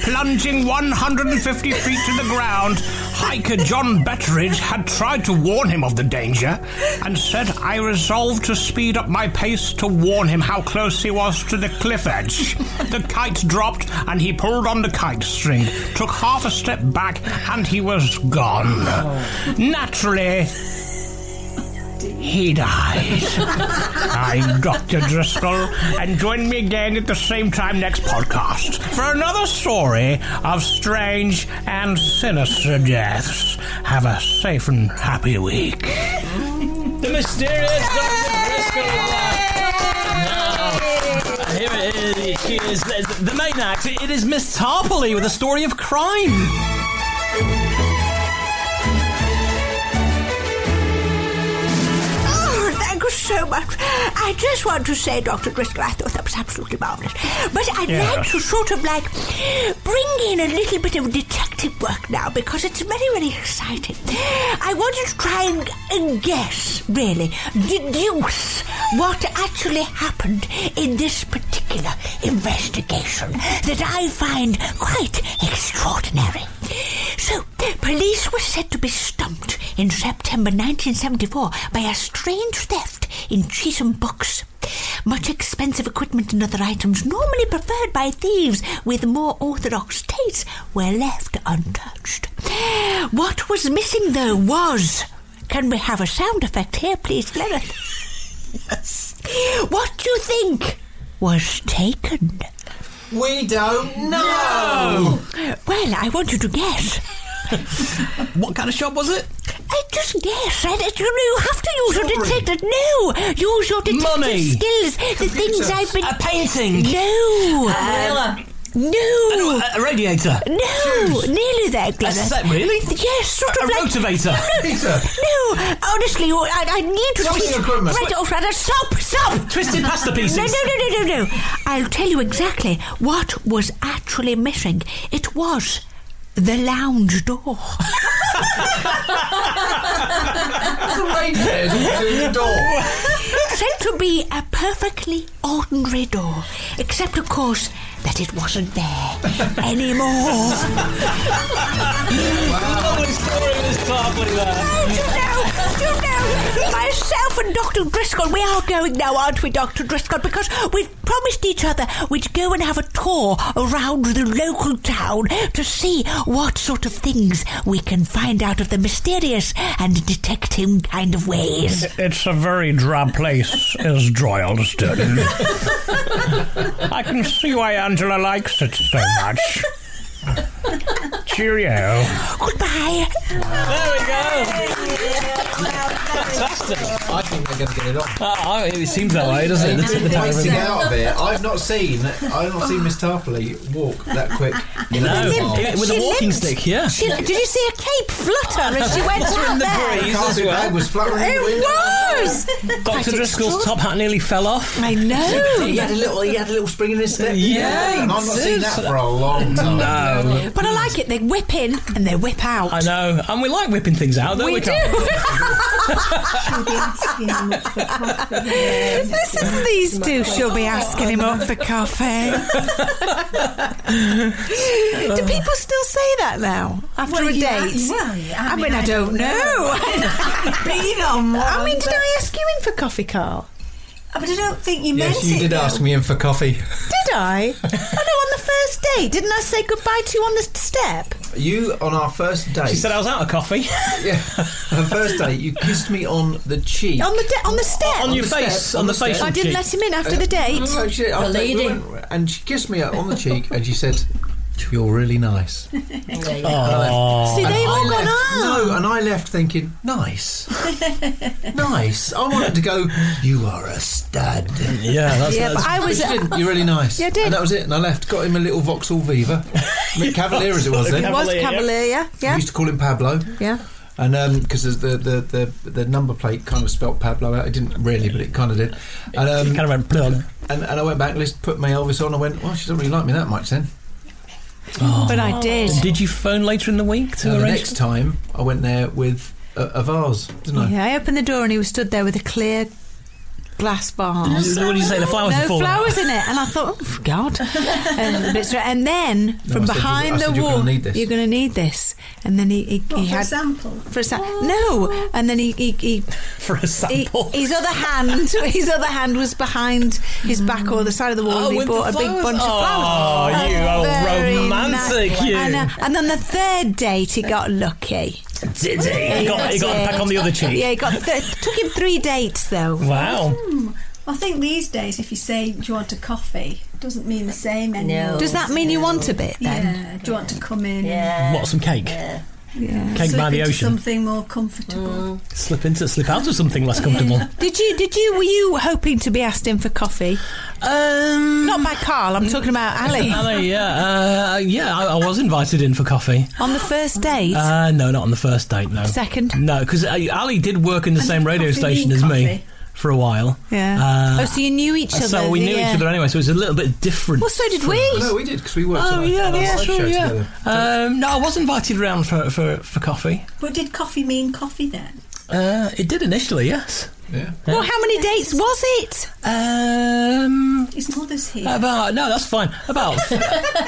Speaker 9: Plunging 150 feet to the ground, hiker John Betteridge had tried to warn him of the danger and said, I resolved to speed up my pace to warn him how close he was to the cliff edge. The kite dropped and he pulled on the kite string, took half a step back, and he was gone. Naturally, he died. I'm Dr. Driscoll, and join me again at the same time next podcast for another story of strange and sinister deaths. Have a safe and happy week.
Speaker 3: The mysterious Dr. Driscoll is back. Now, Here it is. She is the the main act. It is Miss Tarpley with a story of crime.
Speaker 7: Oh, thank you so much. I just want to say, Dr. Driscoll, I thought that was absolutely marvellous. But I'd
Speaker 9: Yes.
Speaker 7: like to sort of like bring in a little bit of detective work now because it's very, very exciting. I want you to try and, and guess, really, deduce what actually happened in this particular investigation that I find quite extraordinary. So, police were said to be stumped in September 1974 by a strange theft in Cheetham Box. Much expensive equipment and other items normally preferred by thieves with more orthodox tastes were left untouched. What was missing, though, was. Can we have a sound effect here, please, Leonard? yes. What do you think was taken?
Speaker 6: We don't know.
Speaker 7: Well, I want you to guess.
Speaker 3: What kind of shop was it?
Speaker 7: I just guess. I, you know, you have to use your detective. No, use your detective
Speaker 3: Money.
Speaker 7: skills. The things I've been.
Speaker 3: A painting.
Speaker 7: No.
Speaker 8: Umbrella.
Speaker 7: no.
Speaker 3: A, a radiator.
Speaker 7: No. Nearly there,
Speaker 3: A
Speaker 7: Glenn.
Speaker 3: set, really?
Speaker 7: Yes, sort
Speaker 3: A
Speaker 7: of like.
Speaker 3: rotivator.
Speaker 6: Peter,
Speaker 7: No, honestly, you- I, I need to.
Speaker 6: Tell me
Speaker 7: speak.
Speaker 6: your equipment.
Speaker 7: Right, oh, Fred, stop, stop.
Speaker 3: Twisted pasta pieces.
Speaker 7: No, no, no, no, no, no. I'll tell you exactly what was actually missing. It was the lounge door.
Speaker 6: the door.
Speaker 7: Said to
Speaker 4: to be a perfectly ordinary door, except, of course, that it wasn't there anymore. Myself and Dr. Driscoll, we are going now, aren't we, Dr. Driscoll? Because we've promised each other we'd go and have a tour around the local town to see what sort of things we can find out of the mysterious and detecting kind of ways.
Speaker 9: It's a very drab place, is Droylsden. I can see why Angela likes it so much. Cheerio.
Speaker 4: Goodbye.
Speaker 3: There we go.
Speaker 6: I think they're going to get it off.
Speaker 3: it seems that way, doesn't it? That's the power of
Speaker 6: Racing
Speaker 3: it.
Speaker 6: out of here. I've not seen. I've not seen Miss Tarpley walk that quick.
Speaker 3: No,
Speaker 6: She
Speaker 3: with a
Speaker 6: limped.
Speaker 3: walking stick, yeah.
Speaker 4: She, did you see a cape flutter as she went
Speaker 3: Flutter
Speaker 4: out
Speaker 3: in the
Speaker 4: there?
Speaker 3: breeze as well.
Speaker 6: bag was fluttering in the
Speaker 4: It
Speaker 6: wind.
Speaker 4: was. That's
Speaker 3: Dr. Driscoll's
Speaker 4: extraordinary.
Speaker 3: top hat nearly fell off.
Speaker 4: I know.
Speaker 6: He had a little. He had a little spring in his step.
Speaker 3: Yeah, he
Speaker 6: and I've not seen
Speaker 3: did.
Speaker 6: that for a long time.
Speaker 3: No.
Speaker 4: But I like it. They whip in and they whip out.
Speaker 3: I know. And we like whipping things out, don't Oh, we,
Speaker 4: We do.
Speaker 3: Carl?
Speaker 4: Listen to these two. She'll be asking him up for coffee. Do people still say that now after
Speaker 7: Well,
Speaker 4: a date?
Speaker 7: yeah, well, yeah,
Speaker 4: I, mean, I, don't, know.
Speaker 7: Been on one.
Speaker 4: I mean, did
Speaker 7: but- Uh,
Speaker 4: I ask you in for coffee, Carl?
Speaker 7: But I don't think you meant
Speaker 6: Yes, you
Speaker 7: it.
Speaker 6: did
Speaker 7: though.
Speaker 6: ask me in for coffee.
Speaker 4: Did I? I know on the first date, didn't I say goodbye to you on the step?
Speaker 6: You on our first date.
Speaker 3: She said I was out of coffee.
Speaker 6: Yeah, on the first date you kissed me on the cheek.
Speaker 4: On the de- on the step.
Speaker 3: on your
Speaker 6: the
Speaker 3: face.
Speaker 6: step,
Speaker 3: on
Speaker 6: on
Speaker 3: the
Speaker 6: the
Speaker 3: face.
Speaker 6: step. Uh,
Speaker 4: I didn't
Speaker 3: cheek.
Speaker 4: let him in after the date.
Speaker 6: No, she- I- we
Speaker 8: lady.
Speaker 6: went- and she kissed me on the cheek, and she said, "You're really nice."
Speaker 10: Oh.
Speaker 4: See, they've all gone on.
Speaker 6: No, and I left thinking, "Nice, nice." I wanted to go. You are a stud.
Speaker 3: Yeah, that's,
Speaker 4: Yeah,
Speaker 3: that's
Speaker 4: but I
Speaker 6: But
Speaker 4: was. uh,
Speaker 6: she didn't. You're really nice.
Speaker 4: Yeah, I did.
Speaker 6: And that was it. And I left. Got him a little Vauxhall Viva, Cavalier as it was then.
Speaker 4: It was Cavalier, yeah,
Speaker 6: We
Speaker 4: yeah,
Speaker 6: used to call him Pablo.
Speaker 4: yeah.
Speaker 6: And um 'cause because the, the the the number plate kind of spelt Pablo out, it didn't really, but it kind of did. And um,
Speaker 3: kind of went. "Bleh."
Speaker 6: And, and I went back, let's put my Elvis on. I went, well, she doesn't really like me that much then.
Speaker 4: Oh. But I did.
Speaker 3: Did you phone later in the week to
Speaker 6: So the
Speaker 3: arrange?
Speaker 6: next time I went there with a, a vase, didn't I?
Speaker 4: Yeah, I opened the door and he was stood there with a clear glass
Speaker 3: What
Speaker 4: vase.
Speaker 3: did you say? The flowers
Speaker 4: no
Speaker 3: had fallen.
Speaker 4: flowers in it, and I thought, oh, God. and, but it's right. And then from
Speaker 6: I said,
Speaker 4: behind
Speaker 6: I
Speaker 4: the
Speaker 6: said, "You're
Speaker 4: wall,
Speaker 6: gonna need this."
Speaker 4: you're going to need this. And then he, he,
Speaker 7: What,
Speaker 4: he
Speaker 7: for
Speaker 4: had
Speaker 7: example.
Speaker 4: for a sa- no, and then he he, he,
Speaker 3: for a
Speaker 4: he
Speaker 3: sample.
Speaker 4: his other hand his other hand was behind his back or the side of the wall,
Speaker 3: Oh,
Speaker 4: and he
Speaker 3: with the
Speaker 4: bought a big
Speaker 3: flowers.
Speaker 4: bunch of
Speaker 3: Oh,
Speaker 4: flowers.
Speaker 3: you
Speaker 4: And
Speaker 3: are
Speaker 4: very
Speaker 3: romantic, you.
Speaker 4: And, uh, and on the third date, he got lucky.
Speaker 3: Did he? He got, he got a peck on the other cheek.
Speaker 4: Yeah, he got. Th- took him three dates though.
Speaker 3: Wow.
Speaker 7: Hmm. I think these days, if you say, "Do you want a coffee?" it doesn't mean the same anymore.
Speaker 4: Does that mean you want a bit then?
Speaker 7: Yeah. Do you want to come in?
Speaker 8: Yeah.
Speaker 3: What, some cake?
Speaker 4: Yeah.
Speaker 3: Cake
Speaker 7: Slip
Speaker 3: by the
Speaker 7: into
Speaker 3: ocean.
Speaker 7: Something more comfortable.
Speaker 6: Mm.
Speaker 3: Slip into, slip out of something less comfortable.
Speaker 4: Did you? Did you? Were you hoping to be asked in for coffee?
Speaker 3: Um,
Speaker 4: Not by Carl. I'm talking about Ali.
Speaker 3: Ali, yeah, uh, yeah, I, I was invited in for coffee.
Speaker 4: on the first date,
Speaker 3: Uh, no, not on the first date, no.
Speaker 4: second.
Speaker 3: No, because uh, Ali did work in the same radio
Speaker 7: coffee
Speaker 3: station
Speaker 7: mean
Speaker 3: as me
Speaker 7: coffee?
Speaker 3: for a while.
Speaker 4: Yeah.
Speaker 3: Uh,
Speaker 4: oh, so you knew each other.
Speaker 3: so we knew
Speaker 4: yeah.
Speaker 3: each other anyway, so it was a little bit different.
Speaker 4: Well, so did we.
Speaker 6: No, we did, because we worked
Speaker 3: Oh
Speaker 6: on a,
Speaker 3: yeah,
Speaker 6: on a
Speaker 3: yeah,
Speaker 6: live show
Speaker 3: sure, yeah.
Speaker 6: together.
Speaker 3: Um, no, I was invited round for, for, for coffee.
Speaker 7: But did coffee mean coffee then?
Speaker 3: Uh, it did initially, yes.
Speaker 6: Yeah.
Speaker 4: Well, how many dates was it?
Speaker 3: Um,
Speaker 7: His mother's here.
Speaker 3: about no, that's fine. About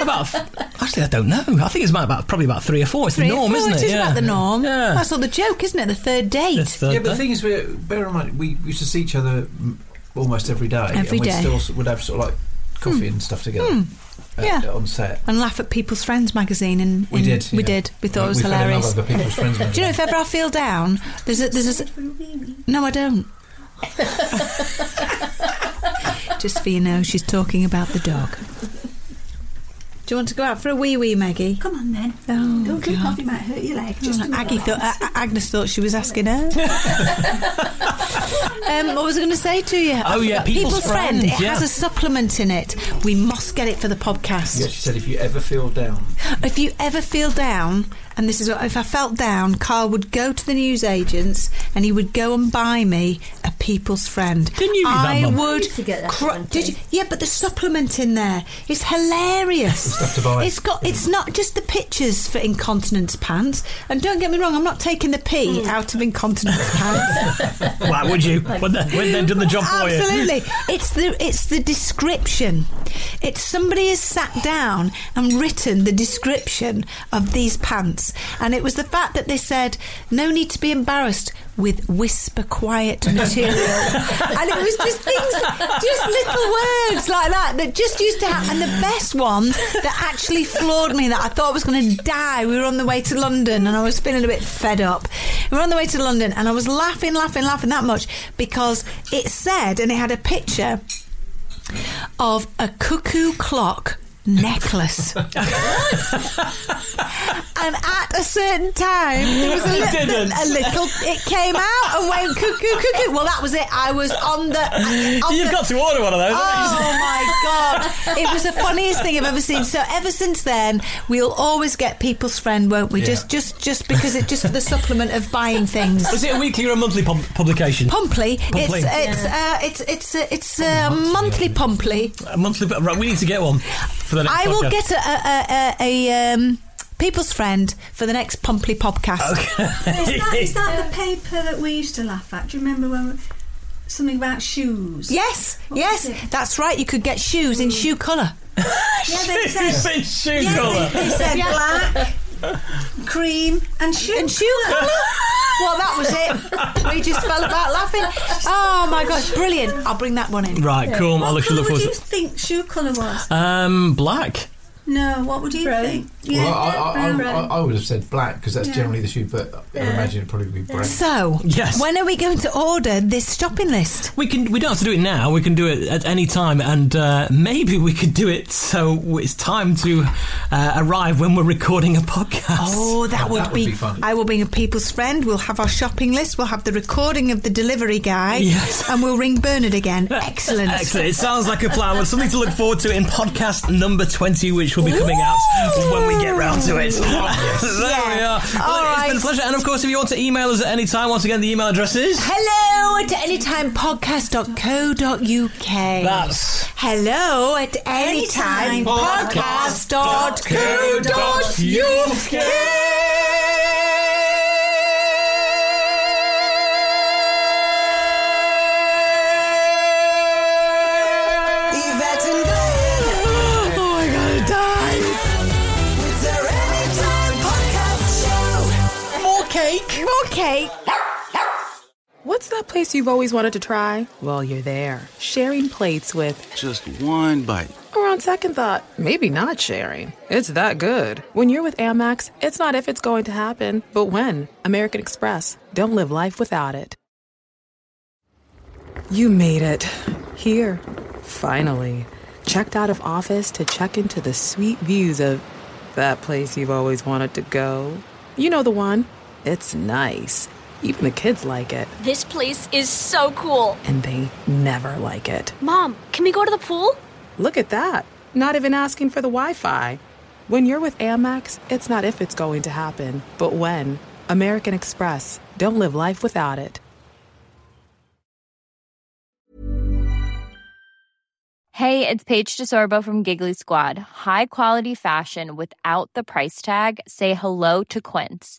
Speaker 3: about actually, I don't know. I think it's about, about probably about three or four. It's
Speaker 4: Three
Speaker 3: the
Speaker 4: or
Speaker 3: norm,
Speaker 4: four.
Speaker 3: isn't it?
Speaker 4: It is
Speaker 3: yeah.
Speaker 4: about the norm.
Speaker 3: Yeah.
Speaker 4: That's all the joke, isn't it? The third date.
Speaker 3: The third
Speaker 6: yeah, but the
Speaker 3: day.
Speaker 6: thing is, we bear in mind, we used to see each other mm, almost every day.
Speaker 4: Every
Speaker 6: and we
Speaker 4: day. Hmm.
Speaker 6: still s- would have sort of like coffee and stuff together uh,
Speaker 4: Yeah.
Speaker 6: on set.
Speaker 4: and laugh at People's Friends magazine. And
Speaker 6: We
Speaker 4: and
Speaker 6: did.
Speaker 4: We
Speaker 6: yeah.
Speaker 4: did. We thought it was
Speaker 6: we fell in love
Speaker 4: hilarious.
Speaker 6: with the people's friends.
Speaker 4: Do you know if ever I feel down, there's a there's a no, I don't. Just for you know, she's talking about the dog. Do you want to go out for a wee wee, Maggie?
Speaker 7: Come on then.
Speaker 4: Oh,
Speaker 7: Don't drink
Speaker 4: God.
Speaker 7: coffee, might hurt your leg. Just do
Speaker 4: Aggie
Speaker 7: what
Speaker 4: thought,
Speaker 7: I-
Speaker 4: uh, Agnes thought she was asking her. um, what was I going to say to you? I
Speaker 3: Oh, yeah,
Speaker 4: forgot.
Speaker 3: People's
Speaker 4: friend.
Speaker 3: Friend,
Speaker 4: It
Speaker 3: yeah.
Speaker 4: has a supplement in it. We must get it for the podcast.
Speaker 6: Yeah, she said, if you ever feel down,
Speaker 4: If you ever feel down, and this is what if I felt down, Carl would go to the newsagents and he would go and buy me a people's friend.
Speaker 8: Didn't you do that,
Speaker 4: I
Speaker 8: Mum? I
Speaker 4: would
Speaker 8: used to get that
Speaker 4: cro- Did you? Yeah, but the supplement in there is hilarious.
Speaker 6: Stuff to buy.
Speaker 4: It's got it's not just the pictures for incontinence pants. And don't get me wrong, I'm not taking the pee
Speaker 8: Mm.
Speaker 4: out of incontinence pants.
Speaker 3: Why would you? When they- when they've done the job for you.
Speaker 4: Absolutely. It's the it's the description. It's somebody has sat down and written the description of these pants. And it was the fact that they said, No need to be embarrassed with whisper quiet material. and it was just things just little words like that that just used to happen. And the best one that actually floored me that I thought I was going to die. We were on the way to London and I was feeling a bit fed up. We were on the way to London and I was laughing, laughing, laughing that much because it said, and it had a picture of a cuckoo clock necklace. and at a certain time, there was a,
Speaker 2: You
Speaker 4: li-
Speaker 2: didn't.
Speaker 4: a little. It came out and went cuckoo, cuckoo. Well, that was it. I was on the. on
Speaker 3: You've
Speaker 4: the-
Speaker 3: got to order one of those.
Speaker 4: Oh my god! It was the funniest thing I've ever seen. So ever since then, we'll always get people's friend, won't we?
Speaker 3: Yeah.
Speaker 4: Just, just, just because it just for the supplement of buying things.
Speaker 3: Is it a weekly or a monthly pub- publication?
Speaker 4: Pumply. It's
Speaker 3: Pumply.
Speaker 4: it's uh, it's it's uh, it's uh, monthly pumply.
Speaker 3: A monthly. Right, we need to get one for the next
Speaker 4: I will
Speaker 3: podcast.
Speaker 4: get a a, a, a um, people's friend for the next pumply podcast.
Speaker 7: Is that, is that the paper that we used to laugh at? Do you remember when something about shoes?
Speaker 4: Yes, yes, that's right. You could get shoes in shoe colour.
Speaker 7: Yeah, they
Speaker 3: Shoes
Speaker 7: said,
Speaker 3: in shoe
Speaker 7: yeah,
Speaker 3: colour.
Speaker 7: They, they said
Speaker 4: Yeah.
Speaker 7: black, cream, and shoe
Speaker 4: and shoe colour. well, that was it. We just fell about laughing. Oh my gosh, brilliant! I'll bring that one in.
Speaker 3: Right, cool. I'll
Speaker 7: What
Speaker 3: actually
Speaker 7: colour would
Speaker 3: look forward
Speaker 7: you think shoe colour was?
Speaker 3: Um, black.
Speaker 7: No, what would you think? Yeah,
Speaker 6: well, I, I,
Speaker 7: brown.
Speaker 6: I, I, I would have said black because that's
Speaker 7: Yeah.
Speaker 6: generally the shoe, but I would
Speaker 7: Yeah.
Speaker 6: imagine it'd probably be brown.
Speaker 4: So,
Speaker 3: Yes.
Speaker 4: when are we going to order this shopping list?
Speaker 3: We can. We don't have to do it now. We can do it at any time, and uh, maybe we could do it so it's time to uh, arrive when we're recording a podcast.
Speaker 4: Oh, that, would, be,
Speaker 3: fun.
Speaker 4: I will bring a people's friend. We'll have our shopping list. We'll have the recording of the delivery guy.
Speaker 3: Yes.
Speaker 4: And we'll ring Bernard again. Excellent.
Speaker 3: Excellent. It sounds like a plan. Well, something to look forward to in podcast number 20, which will be coming out when we get round to it. there we are. Well, it's been a pleasure. And of course, if you want to email us at any time, once again, the email address is.
Speaker 4: Hello at anytimepodcast.co.uk.
Speaker 3: That's
Speaker 4: hello at anytimepodcast.co.uk.
Speaker 2: Yvette and Glenn.
Speaker 4: Oh, I gotta die.
Speaker 2: It's their Anytime Podcast Show. More
Speaker 4: cake. More cake.
Speaker 10: What's that place you've always wanted to try? Well, you're there. Sharing plates with.
Speaker 11: Just one bite.
Speaker 10: Or on second thought, maybe not sharing. It's that good. When you're with Amex, it's not if it's going to happen, but when. American Express. Don't live life without it. You made it. Here. Finally. Checked out of office to check into the sweet views of that place you've always wanted to go. You know the one. It's nice. Even the kids like it,
Speaker 12: This place is so cool.
Speaker 10: and they never like it.
Speaker 12: Mom, can we go to the pool?
Speaker 10: Look at that. Not even asking for the Wi Fi. When you're with Amex, it's not if it's going to happen, but when. American Express. Don't live life without it.
Speaker 13: Hey, it's Paige DeSorbo from Giggly Squad. High quality fashion without the price tag. Say hello to Quince.